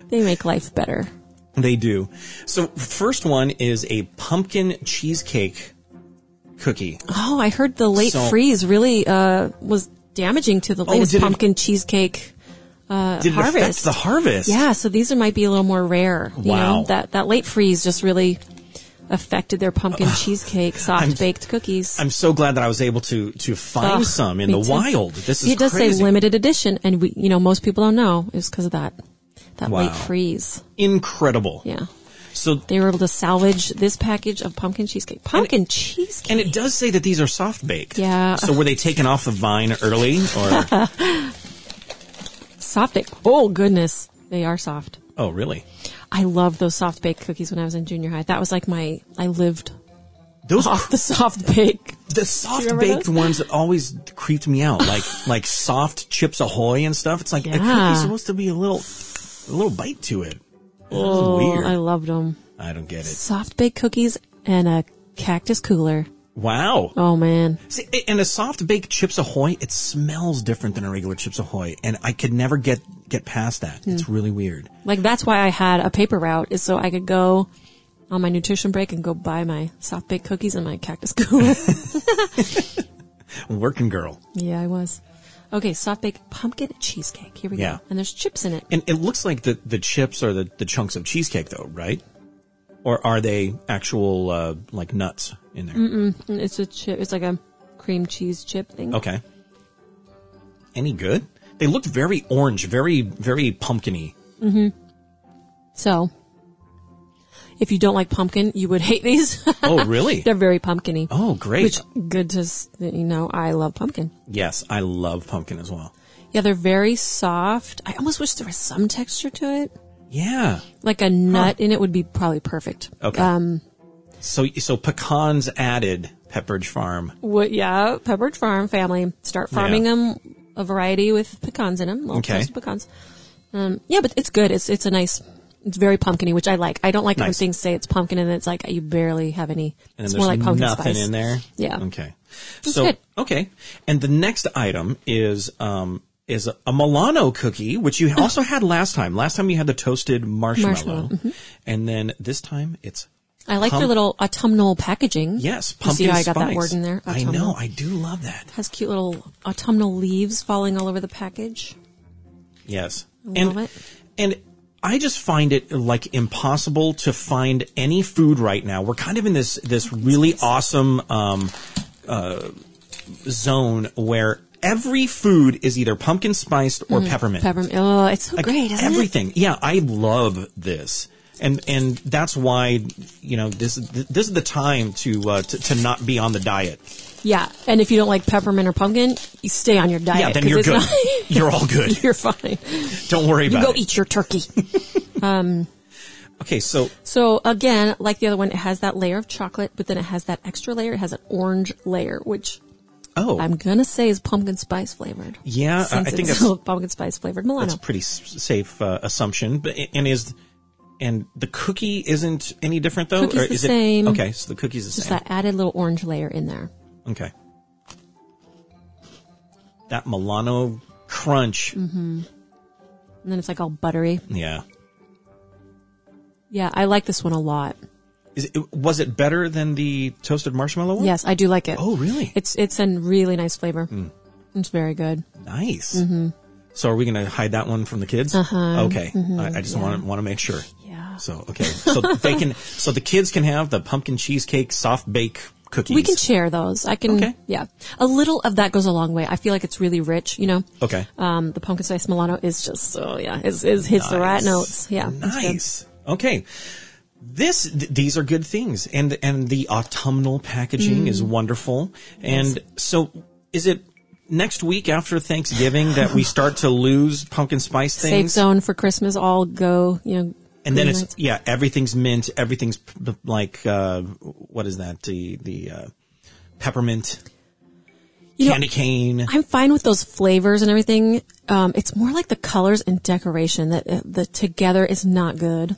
They make life better. They do. So, first one is a pumpkin cheesecake cookie. Oh, I heard the late So- freeze really uh, was damaging to the latest did it- pumpkin cheesecake. uh, Did it affect harvest. the harvest? Yeah, so these are, might be a little more rare. You Wow. know, that that late freeze just really affected their pumpkin cheesecake, soft baked cookies. I'm so glad that I was able to to find Ugh, some in me the too. wild. This is it does crazy. say limited edition, and we, you know, most people don't know it was because of that that Wow. late freeze. incredible. Yeah. So They were able to salvage this package of pumpkin cheesecake. Pumpkin cheesecake. and it does say that these are soft baked. Yeah. So were they taken off the vine early or soft bake. Oh goodness, they are soft. Oh, really? I loved those soft baked cookies when I was in junior high. That was like my I lived Those off the soft bake. the soft remember baked those? ones that always creeped me out, like like soft chips ahoy and stuff. It's like a Yeah. cookie's supposed to be a little a little bite to it. Oh, Oh, weird. I loved them. I don't get it. Soft baked cookies and a cactus cooler. Wow. Oh man, See, a- and a soft baked Chips Ahoy, it smells different than a regular Chips Ahoy, and I could never get get past that. Hmm. It's really weird. like that's why I had a paper route is so I could go on my nutrition break and go buy my soft baked cookies and my cactus cooler. Working girl, yeah, I was. Okay, soft baked pumpkin cheesecake. Here we Yeah. go. And there's chips in it. and it looks like the the chips are the the chunks of cheesecake, though, right? Or are they actual uh, like nuts in there? Mm, It's a chip. It's like a cream cheese chip thing. Okay. Any good? They looked very orange, very very pumpkiny. So, if you don't like pumpkin, you would hate these. Oh, really? They're very pumpkiny. oh, great. Which good to s- you know. I love pumpkin. yes, I love pumpkin as well. Yeah, they're very soft. I almost wish there was some texture to it. Yeah. Like a nut in it would be probably perfect. Okay. Um. So so pecans added Pepperidge Farm. What? Yeah. Pepperidge Farm family start farming Yeah. them a variety with pecans in them. Little Okay. toasted pecans. Um. Yeah, but it's good. It's it's a nice. It's very pumpkiny, which I like. I don't like when Nice. things say it's pumpkin and it's like you barely have any. And then it's there's more like pumpkin nothing spice. in there. Yeah. Okay. so good. okay. And the next item is um is a Milano cookie, which you also had last time. Last time you had the toasted marshmallow. Marshmallow, mm-hmm. And then this time it's I like Pump- their little autumnal packaging. yes, You pumpkin see how I spice. got that word in there? Oh, I know, I do love that. Has cute little autumnal leaves falling all over the package. Yes. Love and, it. And I just find it like impossible to find any food right now. We're kind of in this this really awesome um, uh, zone where every food is either pumpkin spiced or peppermint. Peppermint. Oh, it's so Like, Mm. great, isn't it? everything. Yeah, I love this. And and that's why you know this this is the time to uh, to, to not be on the diet. Yeah. And if you don't like peppermint or pumpkin, you stay on your diet. Yeah, then 'cause you're it's good. not- you're all good. you're fine. Don't worry about Go it. eat your turkey. Okay, so so again, like the other one, it has that layer of chocolate, but then it has that extra layer. It has an orange layer, which oh, I'm gonna say is pumpkin spice flavored. Yeah, I- Since I think it's that's- pumpkin spice flavored Milano. that's a pretty s- safe uh, assumption. But and is and the cookie isn't any different though. Cookie's the is same. It, okay, so the cookie's the Just same. that added little orange layer in there. Okay. That Milano crunch. Mm-hmm. And then it's like all buttery. Yeah. Yeah, I like this one a lot. Is it, was it better than the toasted marshmallow one? Yes, I do like it. Oh, Hmm. really? It's it's a really nice flavor. It's very good. nice. Mm-hmm. So are we going to hide that one from the kids? Okay. I, I just want to want to make sure. Uh-huh. Mm-hmm. Yeah. So okay. So they can. So the kids can have the pumpkin cheesecake soft bake cookies. We can share those. I can Okay. yeah. A little of that goes a long way. I feel like it's really rich, you know. okay. Um the pumpkin spice Milano is just so yeah, is is hits the right Nice. notes. Yeah. it's good. Nice. Okay. This th- these are good things, and and the autumnal packaging Mm. is wonderful. And so, is it next week after Thanksgiving that we start to lose pumpkin spice Safe things? zone for Christmas all go, you know. And then green it's lights. yeah, everything's mint. Everything's p- p- like uh, what is that? The the uh, peppermint you know, candy cane. I'm fine with those flavors and everything. Um, it's more like the colors and decoration that uh, the together is not good.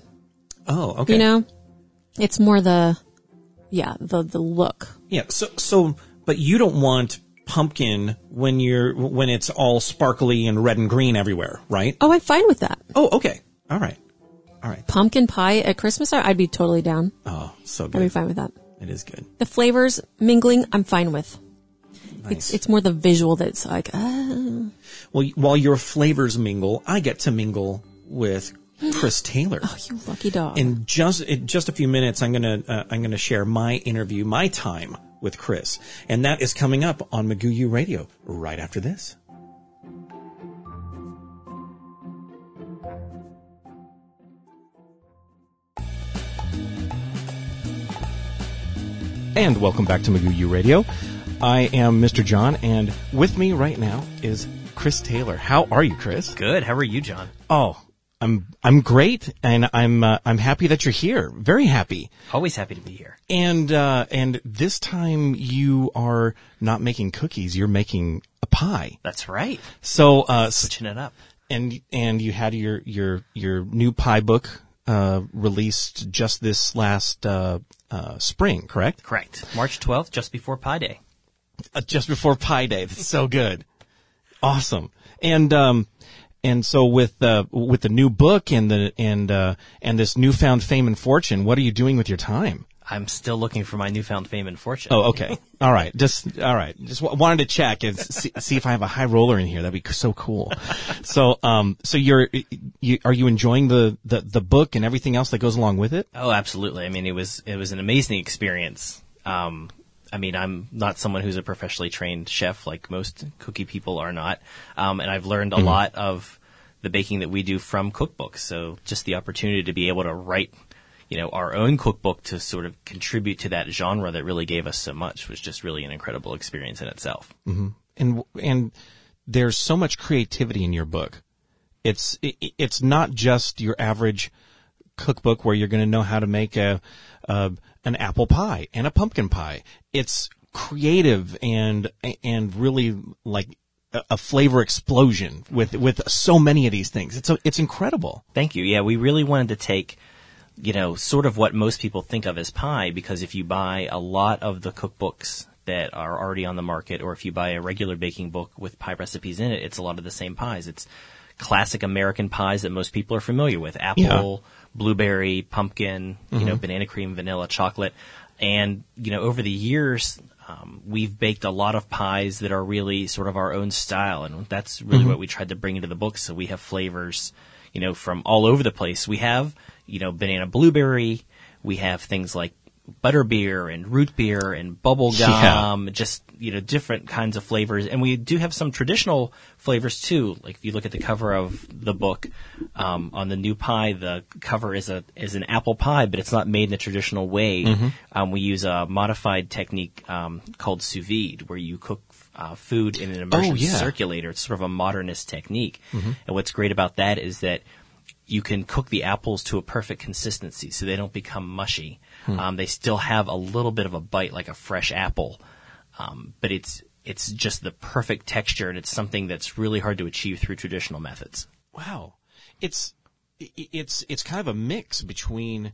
oh, okay. You know, it's more the, yeah, the the look. Yeah. So, so, but you don't want pumpkin when you're when it's all sparkly and red and green everywhere, right? Oh, I'm fine with that. Oh, okay. All right. All right. Pumpkin pie at Christmas, I- I'd be totally down. Oh, so I'd be good. fine with that. It is good. The flavors mingling, I'm fine with. Nice. It's it's more the visual that's like, ah. well, while your flavors mingle, I get to mingle with Chris Taylor. oh, you lucky dog. in just in just a few minutes, I'm gonna uh, I'm gonna share my interview, my time with Chris, and that is coming up on Maguyu Radio right after this. and welcome back to Maguyu Radio. I am Mr. John, and with me right now is Chris Taylor. How are you, Chris? Good. How are you, John? Oh, I'm I'm great, and I'm uh, I'm happy that you're here. Very happy. Always happy to be here. And uh, and this time you are not making cookies; you're making a pie. That's right. So uh, s- Switching it up. and and you had your your your new pie book uh, released just this last uh, uh, spring, correct? Correct. March 12th, just before Pi Day. Uh, just before Pi Day. That's so good, awesome. And um, and so with uh, with the new book and the and uh, and this newfound fame and fortune, what are you doing with your time? I'm still looking for my newfound fame and fortune. Oh, okay. All right. Just all right. Just w- wanted to check and see, see if I have a high roller in here. That'd be c- so cool. So, um, so you're, you, are you enjoying the, the the book and everything else that goes along with it? Oh, absolutely. I mean, it was it was an amazing experience. Um, I mean, I'm not someone who's a professionally trained chef like most cookie people are not, um, and I've learned a lot of the baking that we do from cookbooks. So just the opportunity to be able to write, you know, our own cookbook to sort of contribute to that genre that really gave us so much was just really an incredible experience in itself. And and there's so much creativity in your book. It's i i- it's not just your average cookbook where you're going to know how to make a, a an apple pie and a pumpkin pie. It's creative and and really like a a flavor explosion with with so many of these things. It's a, it's incredible. Thank you. Yeah, we really wanted to take, you know, sort of what most people think of as pie, because if you buy a lot of the cookbooks that are already on the market, or if you buy a regular baking book with pie recipes in it, it's a lot of the same pies. It's classic American pies that most people are familiar with. Apple, blueberry, pumpkin, you know, banana cream, vanilla, chocolate. And, you know, over the years, um, we've baked a lot of pies that are really sort of our own style. And that's really what we tried to bring into the book. So we have flavors, you know, from all over the place. We have, you know, banana blueberry. We have things like butterbeer and root beer and bubble gum, um, just, you know, different kinds of flavors. And we do have some traditional flavors too. Like if you look at the cover of the book, um, on the new pie, the cover is a, is an apple pie, but it's not made in the traditional way. Mm-hmm. Um, we use a modified technique, um, called sous vide where you cook uh, food in an immersion Oh, yeah. Mm-hmm. circulator. It's sort of a modernist technique. And what's great about that is that you can cook the apples to a perfect consistency so they don't become mushy. Hmm. Um, they still have a little bit of a bite like a fresh apple. Um, but it's, it's just the perfect texture and it's something that's really hard to achieve through traditional methods. Wow. It's i- i- it's it's kind of a mix between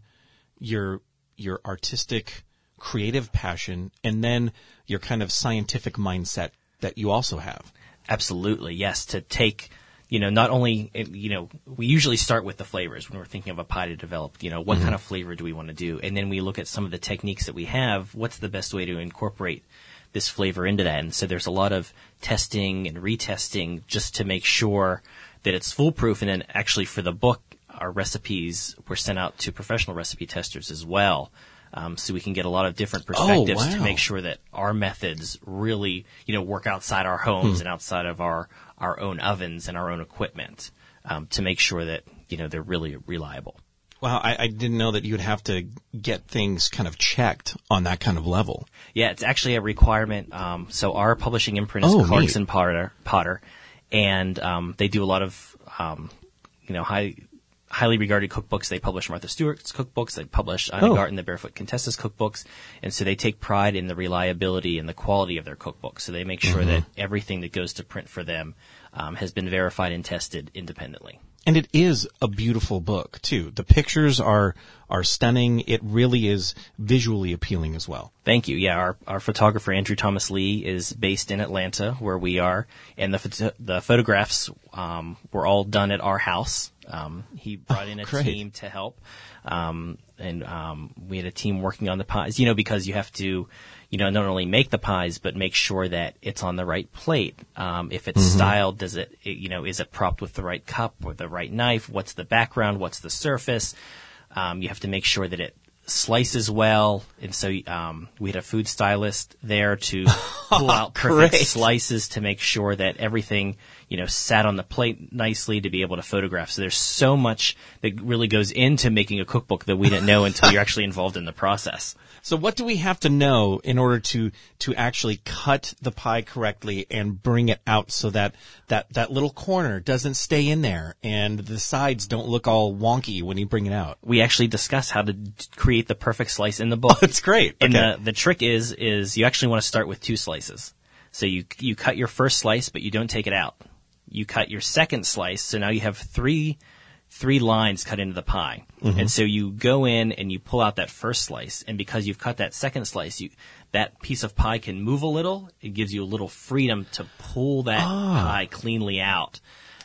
your your artistic creative passion and then your kind of scientific mindset that you also have. Absolutely, yes. To take, you know, not only, eh, you know, we usually start with the flavors when we're thinking of a pie to develop. You know, what kind of flavor do we want to do? And then we look at some of the techniques that we have. What's the best way to incorporate this flavor into that? And so there's a lot of testing and retesting just to make sure that it's foolproof. And then actually for the book, our recipes were sent out to professional recipe testers as well. Um, so we can get a lot of different perspectives to wow. make sure that our methods really, you know, work outside our homes and outside of our, our own ovens and our own equipment um, to make sure that, you know, they're really reliable. Wow, I, I didn't know that you'd have to get things kind of checked on that kind of level. Yeah, it's actually a requirement. Um, so our publishing imprint is Oh, neat. Clarkson Potter, Potter, and um, they do a lot of um, you know high, highly regarded cookbooks. They publish Martha Stewart's cookbooks. They publish Ina Oh. Garten, the Barefoot Contessa's cookbooks, and so they take pride in the reliability and the quality of their cookbooks. So they make sure that Mm-hmm. everything that goes to print for them um, has been verified and tested independently. And it is a beautiful book too. The pictures are are stunning. It really is visually appealing as well. Thank you. Yeah, our, our photographer Andrew Thomas Lee is based in Atlanta, where we are, and the photo- the photographs um, were all done at our house. Um, he brought in a great. team to help, um, and um, we had a team working on the pies. You know, because you have to, you know, not only make the pies but make sure that it's on the right plate. Um, if it's styled, does it, it, you know, is it propped with the right cup or the right knife? What's the background? What's the surface? Um, you have to make sure that it slices well, and so um, we had a food stylist there to pull out perfect Great. slices to make sure that everything you know sat on the plate nicely to be able to photograph. So there's so much that really goes into making a cookbook that we didn't know until you're actually involved in the process. So what do we have to know in order to to actually cut the pie correctly and bring it out so that that that little corner doesn't stay in there and the sides don't look all wonky when you bring it out? We actually discuss how to d- create the perfect slice in the book. That's great. And Okay. the, the trick is, is you actually want to start with two slices. So you, you cut your first slice, but you don't take it out. You cut your second slice, so now you have three, three lines cut into the pie. And so you go in and you pull out that first slice, and because you've cut that second slice, you, that piece of pie can move a little. It gives you a little freedom to pull that pie cleanly out.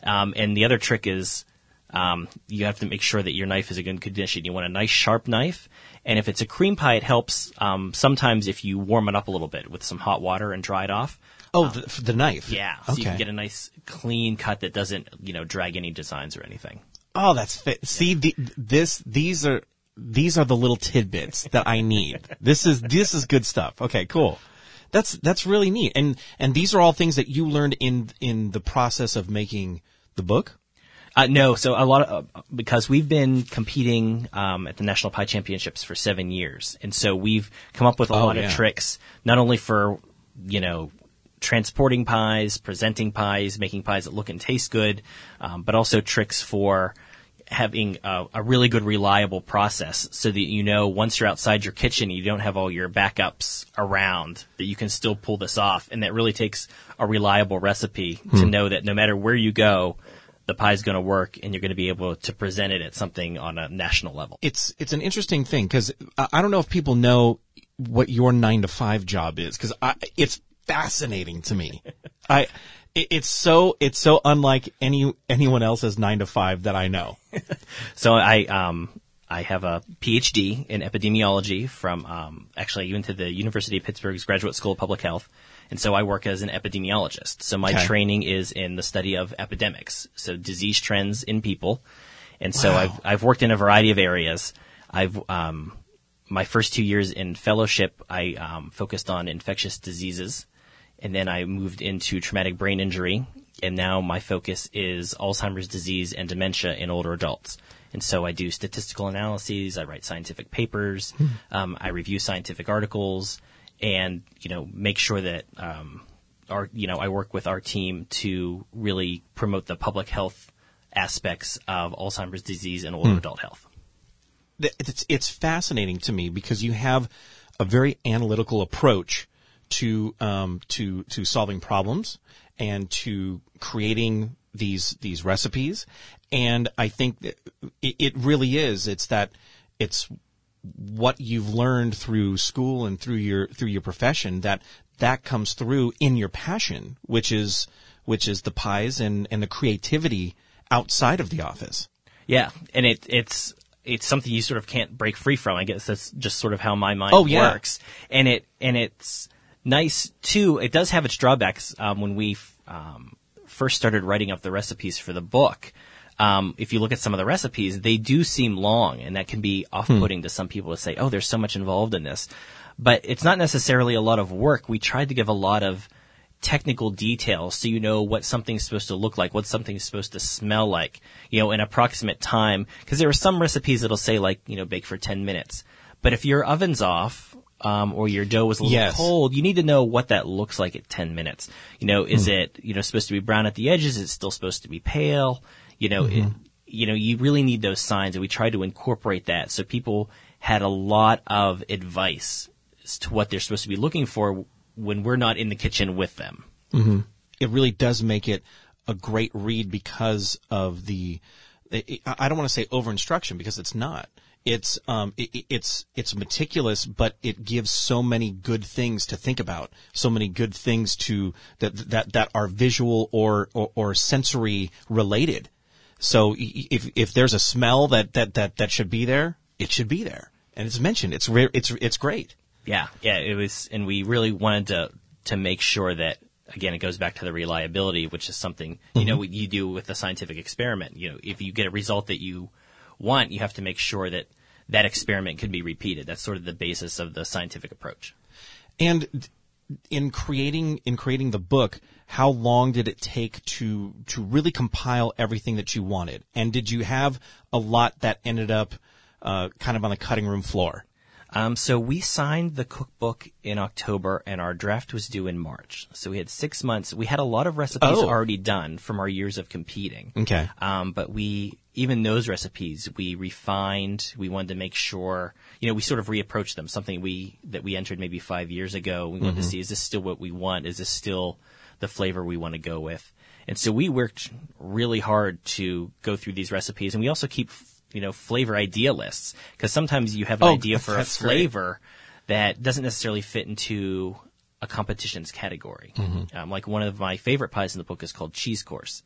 Um, and the other trick is, um, you have to make sure that your knife is in good condition. You want a nice sharp knife, and if it's a cream pie, it helps. Um, sometimes if you warm it up a little bit with some hot water and dry it off, Oh, the, the knife. yeah, so Okay. you can get a nice clean cut that doesn't you know drag any designs or anything. oh, that's fit. See, the, this these are these are the little tidbits that I need. this is this is good stuff. Okay, cool. That's that's really neat. And and these are all things that you learned in in the process of making the book. Uh, no, so a lot of uh, because we've been competing um, at the National Pie Championships for seven years, and so we've come up with a Oh, lot yeah. of tricks, not only for you know transporting pies, presenting pies, making pies that look and taste good, um, but also tricks for having a, a really good reliable process so that you know once you're outside your kitchen you don't have all your backups around that you can still pull this off and that really takes a reliable recipe to know that no matter where you go the pie's going to work and you're going to be able to present it at something on a national level. it's it's an interesting thing because I don't know if people know what your nine to five job is because it's fascinating to me. I it- it's so it's so unlike any anyone else's nine to five that I know. So I um I have a PhD in epidemiology from um actually I went to the University of Pittsburgh's Graduate School of Public Health. And so I work as an epidemiologist. So my Okay. training is in the study of epidemics, so disease trends in people. And so Wow. I've I've worked in a variety of areas. I've um my first two years in fellowship, I um, focused on infectious diseases, and then I moved into traumatic brain injury, and now my focus is Alzheimer's disease and dementia in older adults. And so I do statistical analyses, I write scientific papers, um, I review scientific articles, and you know make sure that um, our you know I work with our team to really promote the public health aspects of Alzheimer's disease and older adult health. Th- It's it's fascinating to me because you have a very analytical approach to um to to solving problems and to creating these these recipes, and I think that it, it really is. It's that it's what you've learned through school and through your through your profession that that comes through in your passion which is which is the pies and and the creativity outside of the office Yeah, and it it's it's something you sort of can't break free from. I guess that's just sort of how my mind Oh, yeah. works. And it and it's nice too. It does have its drawbacks. Um, when we f- um, first started writing up the recipes for the book, um, if you look at some of the recipes, they do seem long, and that can be Hmm. off-putting to some people to say, "Oh, there's so much involved in this," but it's not necessarily a lot of work. We tried to give a lot of technical details so you know what something's supposed to look like, what something's supposed to smell like, you know, an approximate time. Because there are some recipes that'll say like, you know, bake for 10 minutes. But if your oven's off, um, or your dough is a little Yes. cold, you need to know what that looks like at 10 minutes. You know, is it, you know, supposed to be brown at the edges? Is it still supposed to be pale? You know, it, you know, you really need those signs and we tried to incorporate that. So people had a lot of advice as to what they're supposed to be looking for when we're not in the kitchen with them. it really does make it a great read because of the I I don't want to say over instruction because it's not. It's um i- i it's it's meticulous, but it gives so many good things to think about, so many good things to that that that are visual or or, or sensory related. So i- i- if if there's a smell that that that that should be there, it should be there, and it's mentioned. It's rare. It's it's great. Yeah, yeah, it was, and we really wanted to to make sure that again, it goes back to the reliability, which is something you know what you do with a scientific experiment. You know, if you get a result that you want, you have to make sure that that experiment could be repeated. That's sort of the basis of the scientific approach. And in creating in creating the book, how long did it take to to really compile everything that you wanted? And did you have a lot that ended up uh, kind of on the cutting room floor? Um, so we signed the cookbook in October, and our draft was due in March. So we had six months. We had a lot of recipes Oh. already done from our years of competing. Okay. Um, but we even those recipes we refined. We wanted to make sure you know we sort of reapproached them. Something we that we entered maybe five years ago. We Mm-hmm. wanted to see is this still what we want? Is this still the flavor we want to go with? And so we worked really hard to go through these recipes, and we also keep you know flavor idea lists because sometimes you have an Oh, idea for a that's great. flavor flavor that doesn't necessarily fit into a competition's category. Mm-hmm. Um, like one of my favorite pies in the book is called cheese course.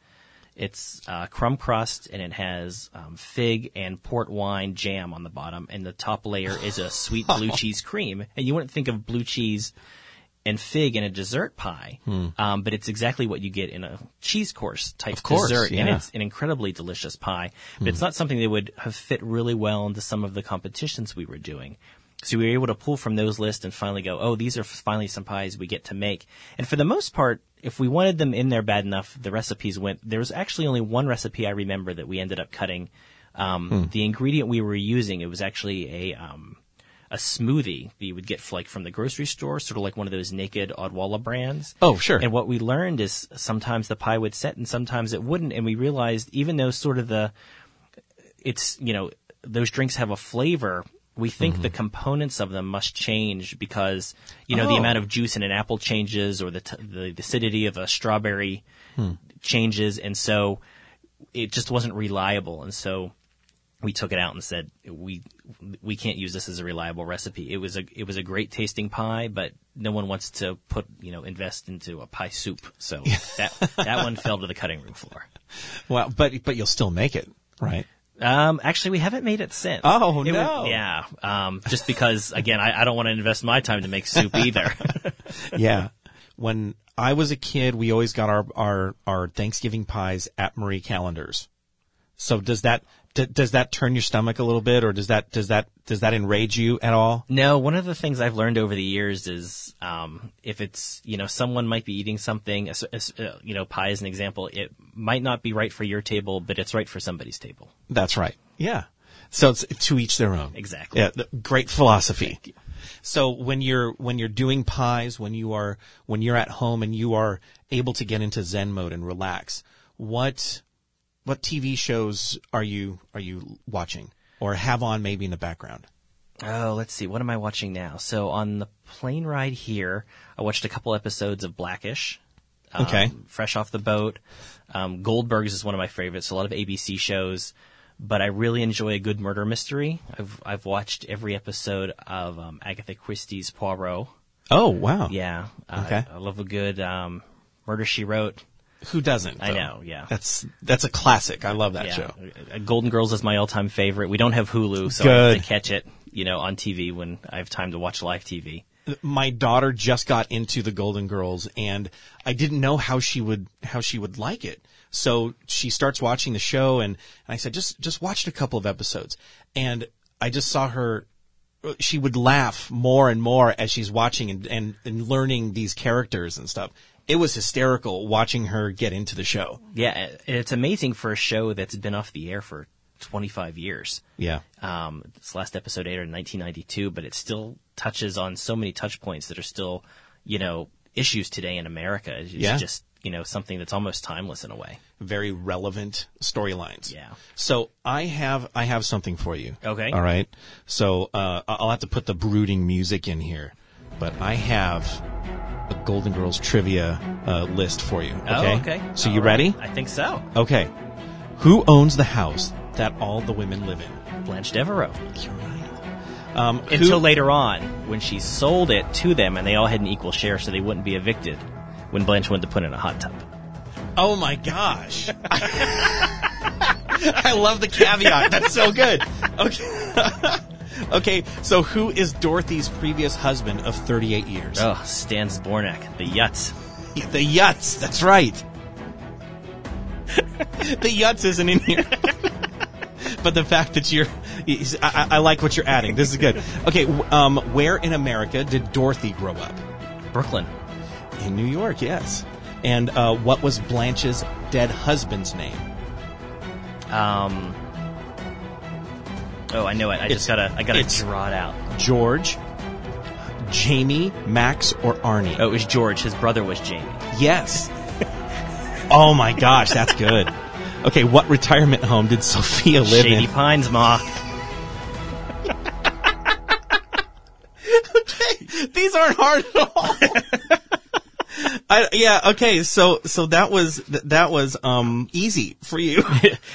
It's uh, crumb crust and it has um, fig and port wine jam on the bottom, and the top layer is a sweet blue cheese cream. And you wouldn't think of blue cheese and fig in a dessert pie, um, but it's exactly what you get in a cheese course type Hmm. Of course, dessert, and yeah. it's an incredibly delicious pie. But it's not something that would have fit really well into some of the competitions we were doing. So we were able to pull from those lists and finally go, oh, these are finally some pies we get to make. And for the most part, if we wanted them in there bad enough, the recipes went. There was actually only one recipe I remember that we ended up cutting. Um, Hmm. The ingredient we were using, it was actually a um, a smoothie that you would get like from the grocery store, sort of like one of those naked Odwalla brands. Oh, sure. And what we learned is sometimes the pie would set and sometimes it wouldn't. And we realized even though sort of the, it's, you know, those drinks have a flavor, we think the components of them must change because, you know, the Oh. amount of juice in an apple changes or the, t- the acidity of a strawberry changes. And so it just wasn't reliable. And so, we took it out and said we we can't use this as a reliable recipe. It was a it was a great tasting pie, but no one wants to put you know invest into a pie soup. So that that one fell to the cutting room floor. Well, but but you'll still make it, right? Um, actually, we haven't made it since. Oh, It was- no. yeah. Um, just because again, I, I don't want to invest my time to make soup either. yeah. When I was a kid, we always got our, our, our Thanksgiving pies at Marie Callender's. So does that, d- does that turn your stomach a little bit or does that, does that, does that enrage you at all? No, one of the things I've learned over the years is um, if it's you know someone might be eating something, as- as, uh, you know, pie is an example. It might not be right for your table, but it's right for somebody's table. That's right. Yeah. So it's to each their own. Exactly. Yeah. th- Great philosophy. So when you're, when you're doing pies, when you are, when you're at home and you are able to get into Zen mode and relax, what, what TV shows are you, are you watching or have on maybe in the background? Oh, let's see. What am I watching now? So on the plane ride here, I watched a couple episodes of Blackish. um, Okay. Fresh off the boat. Um, Goldberg's is one of my favorites. A lot of ABC shows, but I really enjoy a good murder mystery. I've I've watched every episode of um, Agatha Christie's Poirot. Oh, wow. Yeah. Uh, Okay. I love a good um, murder she wrote. Who doesn't? I though? know, yeah. That's that's a classic. I love that Yeah. show. Uh, Golden Girls is my all-time favorite. We don't have Hulu, so I have Good. to catch it, you know, on TV when I have time to watch live TV. My daughter just got into the Golden Girls and I didn't know how she would how she would like it. So she starts watching the show and, and I said just just watched a couple of episodes and I just saw her she would laugh more and more as she's watching and, and, and learning these characters and stuff. It was hysterical watching her get into the show. Yeah, and it's amazing for a show that's been off the air for 25 years. Yeah. Um, this last episode aired in 1992, but it still touches on so many touch points that are still, you know, issues today in America. It's Yeah. just, you know, something that's almost timeless in a way. very relevant storylines. Yeah. So I have I have something for you. Okay. All right. So uh, I- I'll have to put the brooding music in here, but I have a Golden Girls trivia uh, list for you. Okay. Oh, okay. So All you right. ready? I think so. Okay. Who owns the house that all the women live in? Blanche Devereaux. You're right. Um, who- Until later on, when she sold it to them and they all had an equal share so they wouldn't be evicted when Blanche went to put in a hot tub. Oh my gosh. I love the caveat. That's so good. Okay. okay, so who is Dorothy's previous husband of 38 years? Oh, Stan Zbornak, the Yutz. The Yutz. That's right. the Yutz isn't in here. but the fact that you're He's- I, I I like what you're adding. This is good. Okay, w- um, where in America did Dorothy grow up? Brooklyn. In New York, yes. And uh, what was Blanche's dead husband's name? Um, oh, I know it. I It's- just gotta, I gotta it's- draw it out. George, Jamie, Max, or Arnie? Oh, it was George. His brother was Jamie. Yes. oh my gosh, that's good. Okay, what retirement home did Sophia live Shady in? Pines, ma. These aren't hard at all. I, yeah. Okay. So so that was th- that was um easy for you.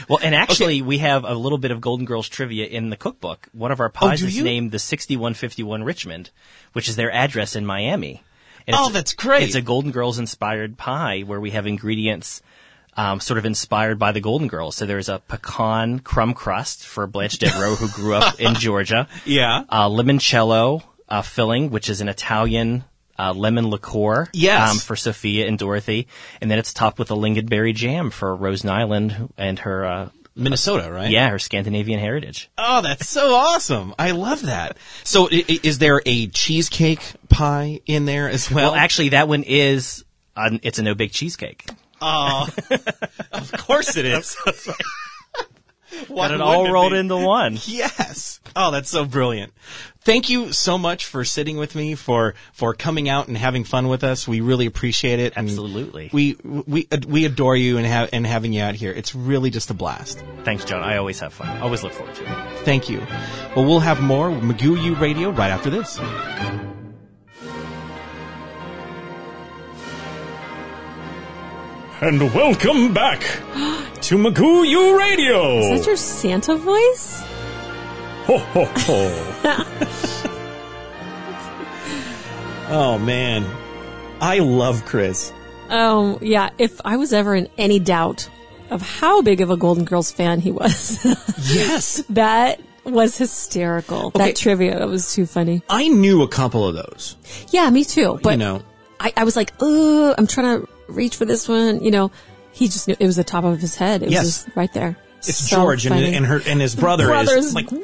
Well, and actually, we have a little bit of Golden Girls trivia in the cookbook. One of our pies Oh, do is you? named the 6151 Richmond, which is their address in Miami. And Oh, it's- that's great. It's a Golden Girls inspired pie where we have ingredients um, sort of inspired by the Golden Girls. So there's a pecan crumb crust for Blanche Devereaux, who grew up in Georgia. Yeah. Uh, limoncello uh, filling, which is an Italian uh, lemon liqueur. Yes. um, for Sophia and Dorothy. And then it's topped with a lingonberry jam for Rose Nyland and her. Uh, Minnesota, right? yeah, her Scandinavian heritage. Oh, that's so awesome! I love that. So, i- i- is there a cheesecake pie in there as well? Well, actually, that one is um, it's a no bake cheesecake. of course it is. Why Got it wouldn't all rolled be? into one. Yes. Oh, that's so brilliant. Thank you so much for sitting with me for for coming out and having fun with us. We really appreciate it. and Absolutely. We we we adore you and have and having you out here. It's really just a blast. Thanks, John. I always have fun. Always look forward to it. Thank you. Well, we'll have more Magoo U Radio right after this. And welcome back to Magoo U Radio. Is that your Santa voice? Ho, ho, ho. Oh man, I love Chris. Um, yeah. If I was ever in any doubt of how big of a Golden Girls fan he was, Yes. that was hysterical. Okay. That trivia that was too funny. I knew a couple of those. Yeah, me too. But you know. I, I was like, oh, I'm trying to reach for this one. You know, he just knew it was the top of his head. It Yes. was just right there. It's So George and, funny. and her and his brother Brothers. is like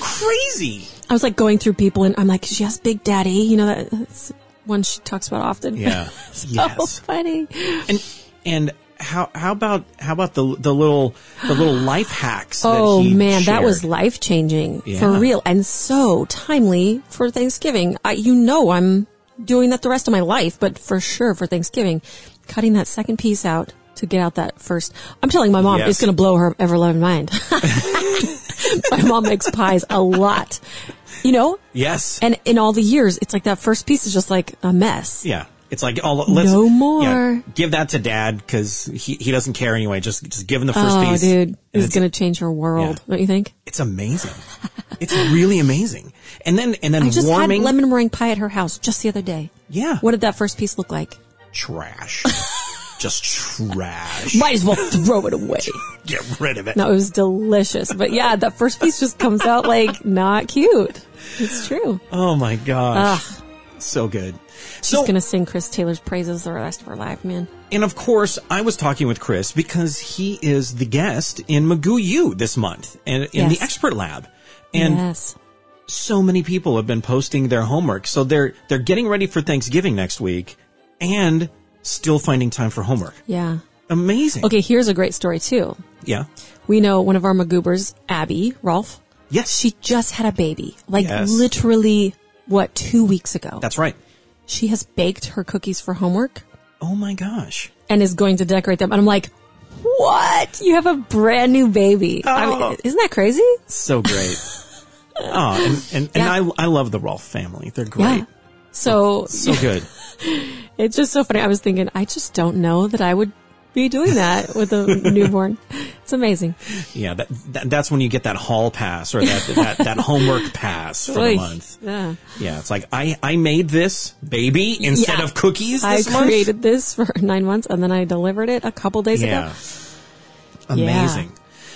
crazy. I was like going through people and I'm like, she has Big Daddy. You know, that- that's one she talks about often. Yeah. so Yes. funny. and and how how about how about the the little the little life hacks? Oh that he man, that was shared? life changing for Yeah. real and so timely for Thanksgiving. I, you know, I'm doing that the rest of my life, but for sure for Thanksgiving, cutting that second piece out to get out that first. I'm telling my mom, Yes. it's going to blow her ever loving mind. my mom makes pies a lot, you know, yes, and in all the years, it's like that first piece is just like a mess. yeah. It's like oh, let's No yeah, more. give that to dad because he he doesn't care anyway. Just just give him the first Oh, piece. dude, And it's it's, going to change her world, don't you think? it's amazing. it's really amazing. And then and then I just warming had lemon meringue pie at her house just the other day. Yeah. What did that first piece look like? trash. just trash. Might as well throw it away. Get rid of it. No, it was delicious. But yeah, that first piece just comes out like not cute. It's true. Oh my gosh, so good. She's so gonna sing Chris Taylor's praises the rest of her life, man. And of course, I was talking with Chris because he is the guest in Magoo U this month and in Yes. the expert lab. And yes. so many people have been posting their homework. So they're, they're getting ready for Thanksgiving next week and still finding time for homework. Yeah. Amazing. Okay, here's a great story too. Yeah. We know one of our Magoobers, Abby, Rolf, Yes. she just had a baby. Like Yes. literally what, two weeks ago. That's right. she has baked her cookies for homework. Oh my gosh. and is going to decorate them. And I'm like, what? You have a brand new baby. I Oh. mean, isn't that crazy? So great. oh, and, and, and I, I love the Rolf family. They're great. Yeah. So So good. it's just so funny. I was thinking, I just don't know that I would be doing that with a newborn. It's amazing. Yeah. That, that, that's when you get that hall pass or that, that, that homework pass for the Oy. month. Yeah. Yeah, it's like I I made this baby instead Yeah. of cookies I this month. created this for nine months and then I delivered it a couple days yeah, ago. amazing.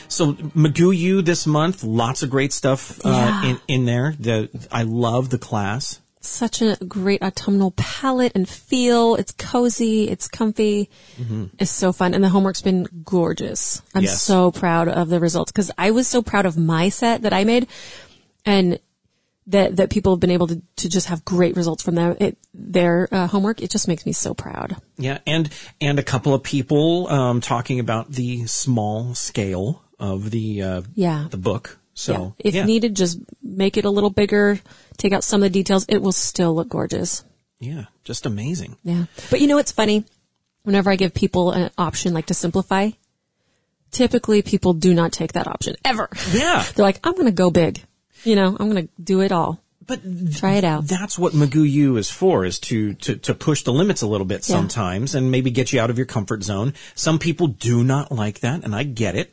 So Magoo U this month, lots of great stuff uh, Yeah. in in there. The I love the class. such a great autumnal palette and feel. It's cozy. It's comfy. It's so fun. And the homework's been gorgeous. I'm Mm-hmm. Yes. so proud of the results because I was so proud of my set that I made and that, that people have been able to, to just have great results from them. It, their uh, homework. It just makes me so proud. Yeah, and and a couple of people um, talking about the small scale of the uh, Yeah. the book. So If yeah. needed, just make it a little bigger, take out some of the details. It will still look gorgeous. yeah, just amazing. Yeah. But you know what's funny? Whenever I give people an option like to simplify, typically people do not take that option ever. Yeah, They're like, I'm going to go big. You know, I'm going to do it all. but Try it out. that's what Magoo U is for: is to to to push the limits a little bit Yeah. sometimes, and maybe get you out of your comfort zone. Some people do not like that, and I get it.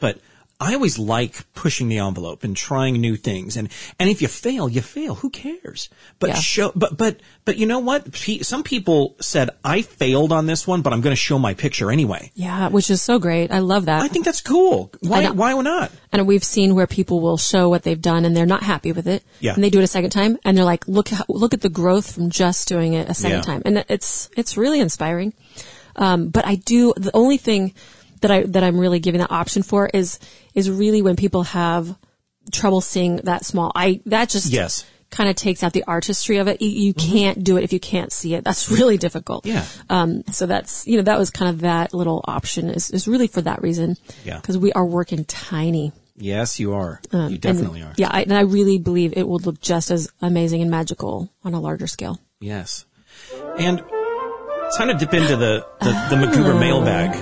But I always like pushing the envelope and trying new things. And and if you fail, you fail. Who cares? But Yeah. show. But but but you know what? Pe- Some people said I failed on this one, but I'm going to show my picture anyway. Yeah, which is so great. I love that. I think that's cool. I Why know. why not? and we've seen where people will show what they've done and they're not happy with it. Yeah. And they do it a second time and they're like, look, how, look at the growth from just doing it a second Yeah. time. And it's, it's really inspiring. Um, but I do, the only thing that I, that I'm really giving the option for is, is really when people have trouble seeing that small. I, that just Yes. kind of takes out the artistry of it. You, you can't do it if you can't see it. That's really difficult. Mm-hmm. Yeah. Um, so that's, you know, that was kind of that little option is, is really for that reason. Yeah. Because we are working tiny. Yes, you are. you Um, And- definitely are. Yeah, I, and I really believe it will look just as amazing and magical on a larger scale. Yes. And it's time to dip into the, the, the Magoober mailbag.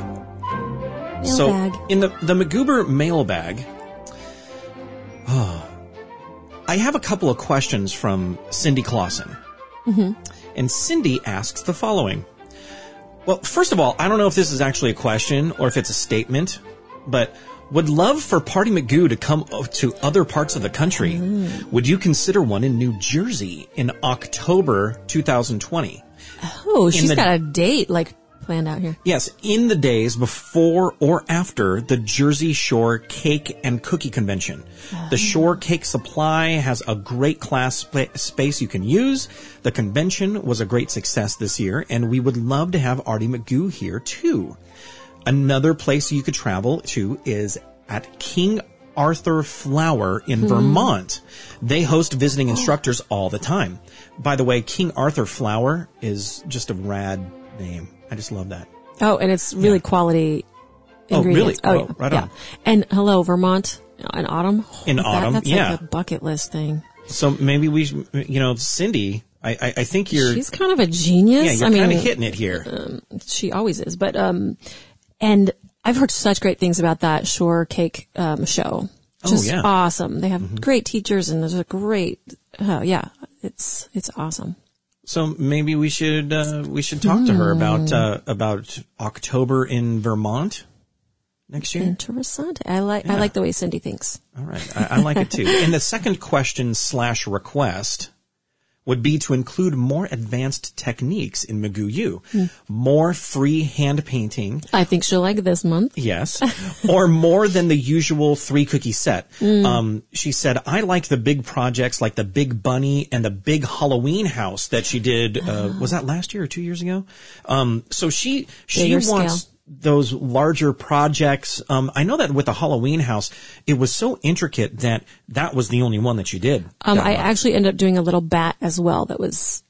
Mailbag. So in the, the Magoober mailbag, ah, I have a couple of questions from Cindy Clausen. And Cindy asks the following. Well, first of all, I don't know if this is actually a question or if it's a statement, but would love for Party McGoo to come o- to other parts of the country. Would you consider one in New Jersey in October 2020? Oh, she's the- got a date like planned out here. Yes, in the days before or after the Jersey Shore Cake and Cookie Convention. The Shore Cake Supply has a great class spa- space you can use. The convention was a great success this year, and we would love to have Artie McGoo here too. Another place you could travel to is at King Arthur Flower in Vermont. They host visiting instructors all the time. By the way, King Arthur Flower is just a rad name. I just love that. Oh, and it's really quality Oh, really? ingredients. Oh, yeah. right yeah. on. And hello, Vermont in autumn. In That- autumn, that's yeah. like a bucket list thing. So maybe we, sh- you know, Cindy, I, I, I think you're, She's kind of a genius. yeah, you're I mean, uh, kind of hitting it here. she always is. But um, and I've heard such great things about that Shore Cake um show. Oh, Just yeah. Mm-hmm. awesome. They have great teachers and there's a great. Oh yeah, it's it's awesome. So maybe we should, uh, we should talk to her Hmm. about, uh, about October in Vermont next year. Mm. Interessante. I like I like the way Cindy thinks. All right. I, I like it too. And the second question slash request would be to include more advanced techniques in Magoo U, Hmm. more free hand painting, I think she'll like this month. Yes. or more than the usual three cookie set. Mm. Um, she said, I like the big projects like the big bunny and the big Halloween house that she did. Uh, was that last year or two years ago? Um, so she, she Bigger wants scale. those larger projects. Um, I know that with the Halloween house, it was so intricate that that was the only one that she did. Um, that I month. actually ended up doing a little bat as well. That was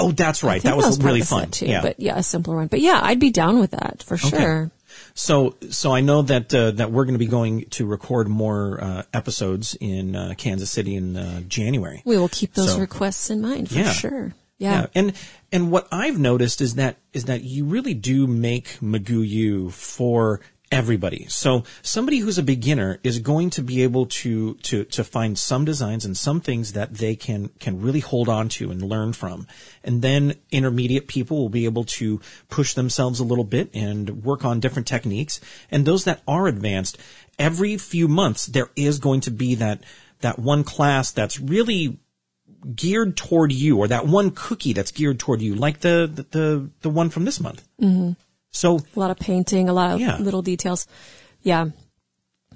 oh, that's right. I think That was, part really of the set fun. too. yeah. But yeah, a simpler one. But yeah, I'd be down with that for sure. So, so I know that uh, that we're going to be going to record more uh, episodes in uh, Kansas City in uh, January. We will keep those So- requests in mind for Yeah. sure. yeah, Yeah. and and what I've noticed is that is that you really do make Magoo U for everybody. So somebody who's a beginner is going to be able to to to find some designs and some things that they can can really hold on to and learn from. And then intermediate people will be able to push themselves a little bit and work on different techniques. And those that are advanced, every few months there is going to be that that one class that's really geared toward you or that one cookie that's geared toward you like the the the, the one from this month mm-hmm. so a lot of painting, a lot of Yeah. little details. Yeah.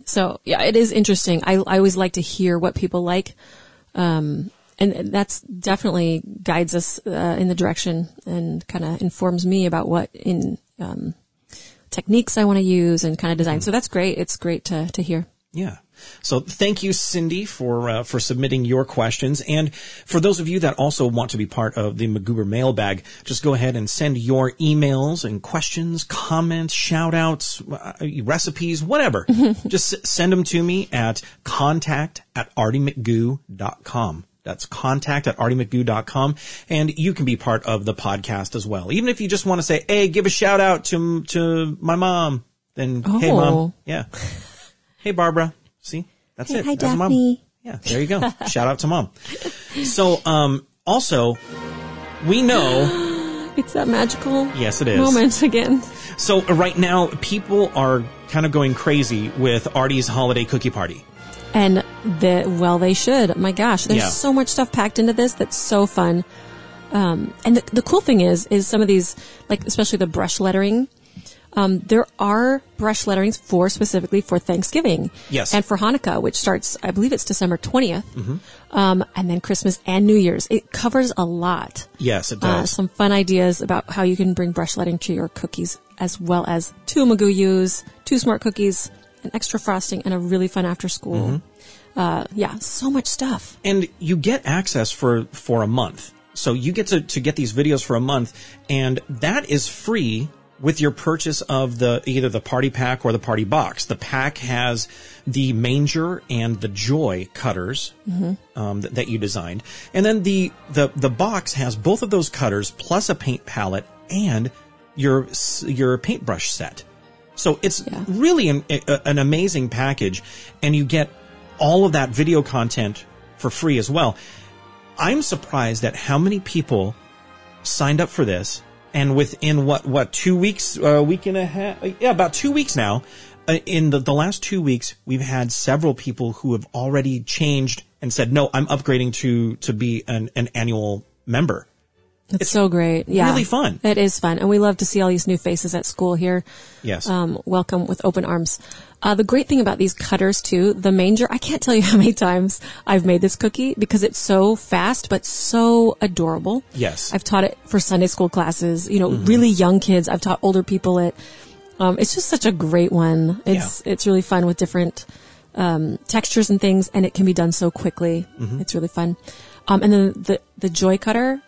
So yeah, it is interesting. I, I always like to hear what people like. Um, and and that's definitely guides us uh, in the direction and kind of informs me about what in um, techniques I want to use and kind of Mm-hmm. design. So that's great. It's great to to hear. Yeah. So thank you, Cindy, for uh, for submitting your questions, and for those of you that also want to be part of the Magoober mailbag, just go ahead and send your emails and questions, comments, shout outs, uh, recipes, whatever. just s- send them to me at contact at artymcgoo.com. That's contact at artymcgoo.com. And you can be part of the podcast as well. Even if you just want to say, Hey, give a shout out to, to my mom. Then, hey Oh. mom. Yeah. Hey, Barbara. See, that's Hey, it. hi, That's mom. Daphne. Yeah, there you go. Shout out to mom. So, um, also, we know, It's that magical yes, it is. moment again. So uh, right now, people are kind of going crazy with Artie's holiday cookie party. And the well, they should. My gosh, there's Yeah. so much stuff packed into this that's so fun. Um, and the, the cool thing is, is some of these, like especially the brush lettering. Um, there are brush letterings for specifically for Thanksgiving, Yes. and for Hanukkah, which starts, I believe it's December 20th Mm-hmm. um, and then Christmas and New Year's. It covers a lot. Yes, it Uh, does. some fun ideas about how you can bring brush letting to your cookies, as well as two Magooyus, two smart cookies, an extra frosting, and a really fun after school. Mm-hmm. Uh, yeah, so much stuff. and you get access for for a month so you get to, to get these videos for a month and that is free with your purchase of the either the party pack or the party box the pack has the manger and the joy cutters um, th- that you designed and then the, the the box has both of those cutters plus a paint palette and your s- your paintbrush set so it's Yeah. really an, a, an amazing package, and you get all of that video content for free as well. I'm surprised at how many people signed up for this, and within what what two weeks, a week and a half, yeah, about two weeks now. Uh, in the, the last two weeks, we've had several people who have already changed and said, "No, I'm upgrading to to be an, an annual member." It's, so great. Yeah, really fun. It is fun, and we love to see all these new faces at school here. Yes. um, welcome with open arms. Uh, the great thing about these cutters too, the manger, I can't tell you how many times I've made this cookie because it's so fast, but so adorable. Yes. I've taught it for Sunday school classes, you know, Mm-hmm. really young kids. I've taught older people it. Um, it's just such a great one. It's, it's really fun with different, um, textures and things and it can be done so quickly. Mm-hmm. It's really fun. Um, and then the, the joy cutter,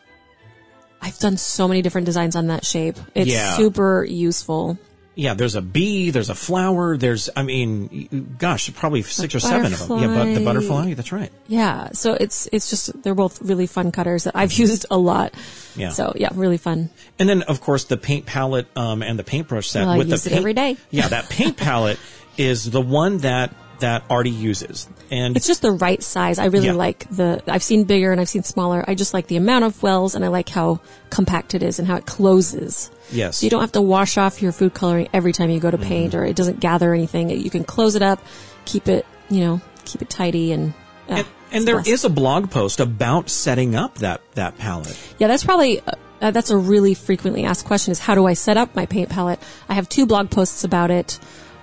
I've done so many different designs on that shape. It's Yeah. super useful. Yeah, there's a bee, there's a flower, there's, I mean, y- y- gosh, probably six or seven of them. Yeah, but the butterfly. butterfly, that's right. Yeah, so it's it's just they're both really fun cutters that I've used a lot. Yeah. So yeah, really fun. And then, of course, the paint palette um, and the paintbrush set Well, I with use the it paint, every day. yeah, that paint palette is the one that that Artie uses, and It's just the right size. I really Yeah. like the. I've seen bigger and I've seen smaller. I just like the amount of wells and I like how compact it is and how it closes. yes, So you don't have to wash off your food coloring every time you go Mm-hmm. to paint or it doesn't gather anything. You can close it up, keep it you know keep it tidy and. yeah, and, it's and there blessed. is a blog post about setting up that that palette. Yeah, that's probably uh, that's a really frequently asked question: is how do I set up my paint palette? I have two blog posts about it.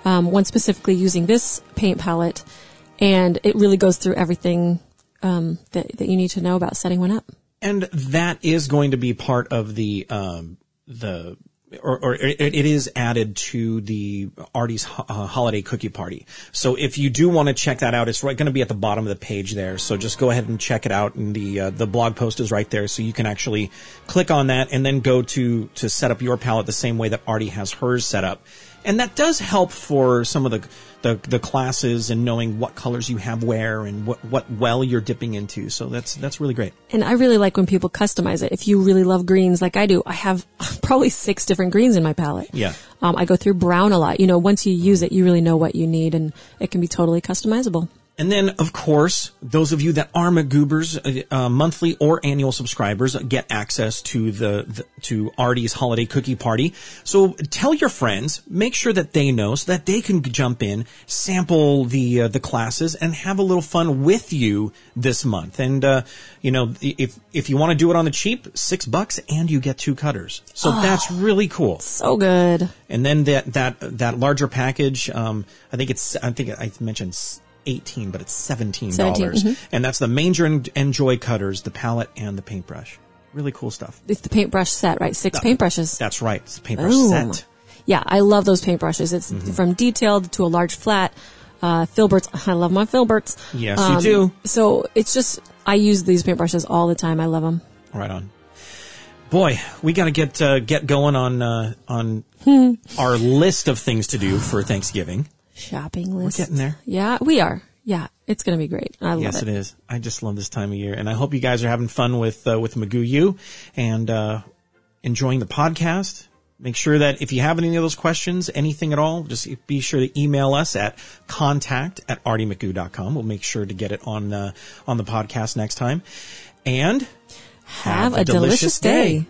Um, one specifically using this paint palette, and it really goes through everything um, that that you need to know about setting one up. and that is going to be part of the um the or, or it, it is added to the Artie's ho- uh, holiday cookie party. So if you do want to check that out, it's right going to be at the bottom of the page there. So just go ahead and check it out, and the uh, the blog post is right there, so you can actually click on that and then go to to set up your palette the same way that Artie has hers set up, and that does help for some of the the, the classes and knowing what colors you have where and what what well you're dipping into. So that's that's really great. And I really like when people customize it. If you really love greens like I do, I have probably six different greens in my palette. Yeah. Um, I go through brown a lot. You know, once you use it, you really know what you need and it can be totally customizable. And then, of course, those of you that are Magoobers, uh, uh, monthly or annual subscribers get access to the, the to Artie's holiday cookie party. So tell your friends, make sure that they know, so that they can jump in, sample the uh, the classes, and have a little fun with you this month. And uh, you know, if if you want to do it on the cheap, six bucks, and you get two cutters. So that's really cool. So good. And then that that that larger package, um, I think it's I think I mentioned s- 18, but it's $17. Seventeen, mhm. And that's the manger and, and joy cutters, the palette and the paintbrush. Really cool stuff. It's the paintbrush set, right? Six paintbrushes. That's right. It's a paintbrush Boom. set. Yeah, I love those paintbrushes. It's Mm-hmm. from detailed to a large flat. Uh, Filberts, I love my Filberts. Um, Yes, you do. So it's just, I use these paintbrushes all the time. I love them. Right on. Boy, we got to get uh, get going on uh, on our list of things to do for Thanksgiving. Shopping list. getting there. Yeah, we are. Yeah, it's going to be great. I love yes, it. it is. I just love this time of year, and I hope you guys are having fun with uh, with Magoo You and uh, enjoying the podcast. Make sure that if you have any of those questions, anything at all, just be sure to email us at contact at artymcgoo.com. We'll make sure to get it on uh, on the podcast next time. And Have, a delicious, day.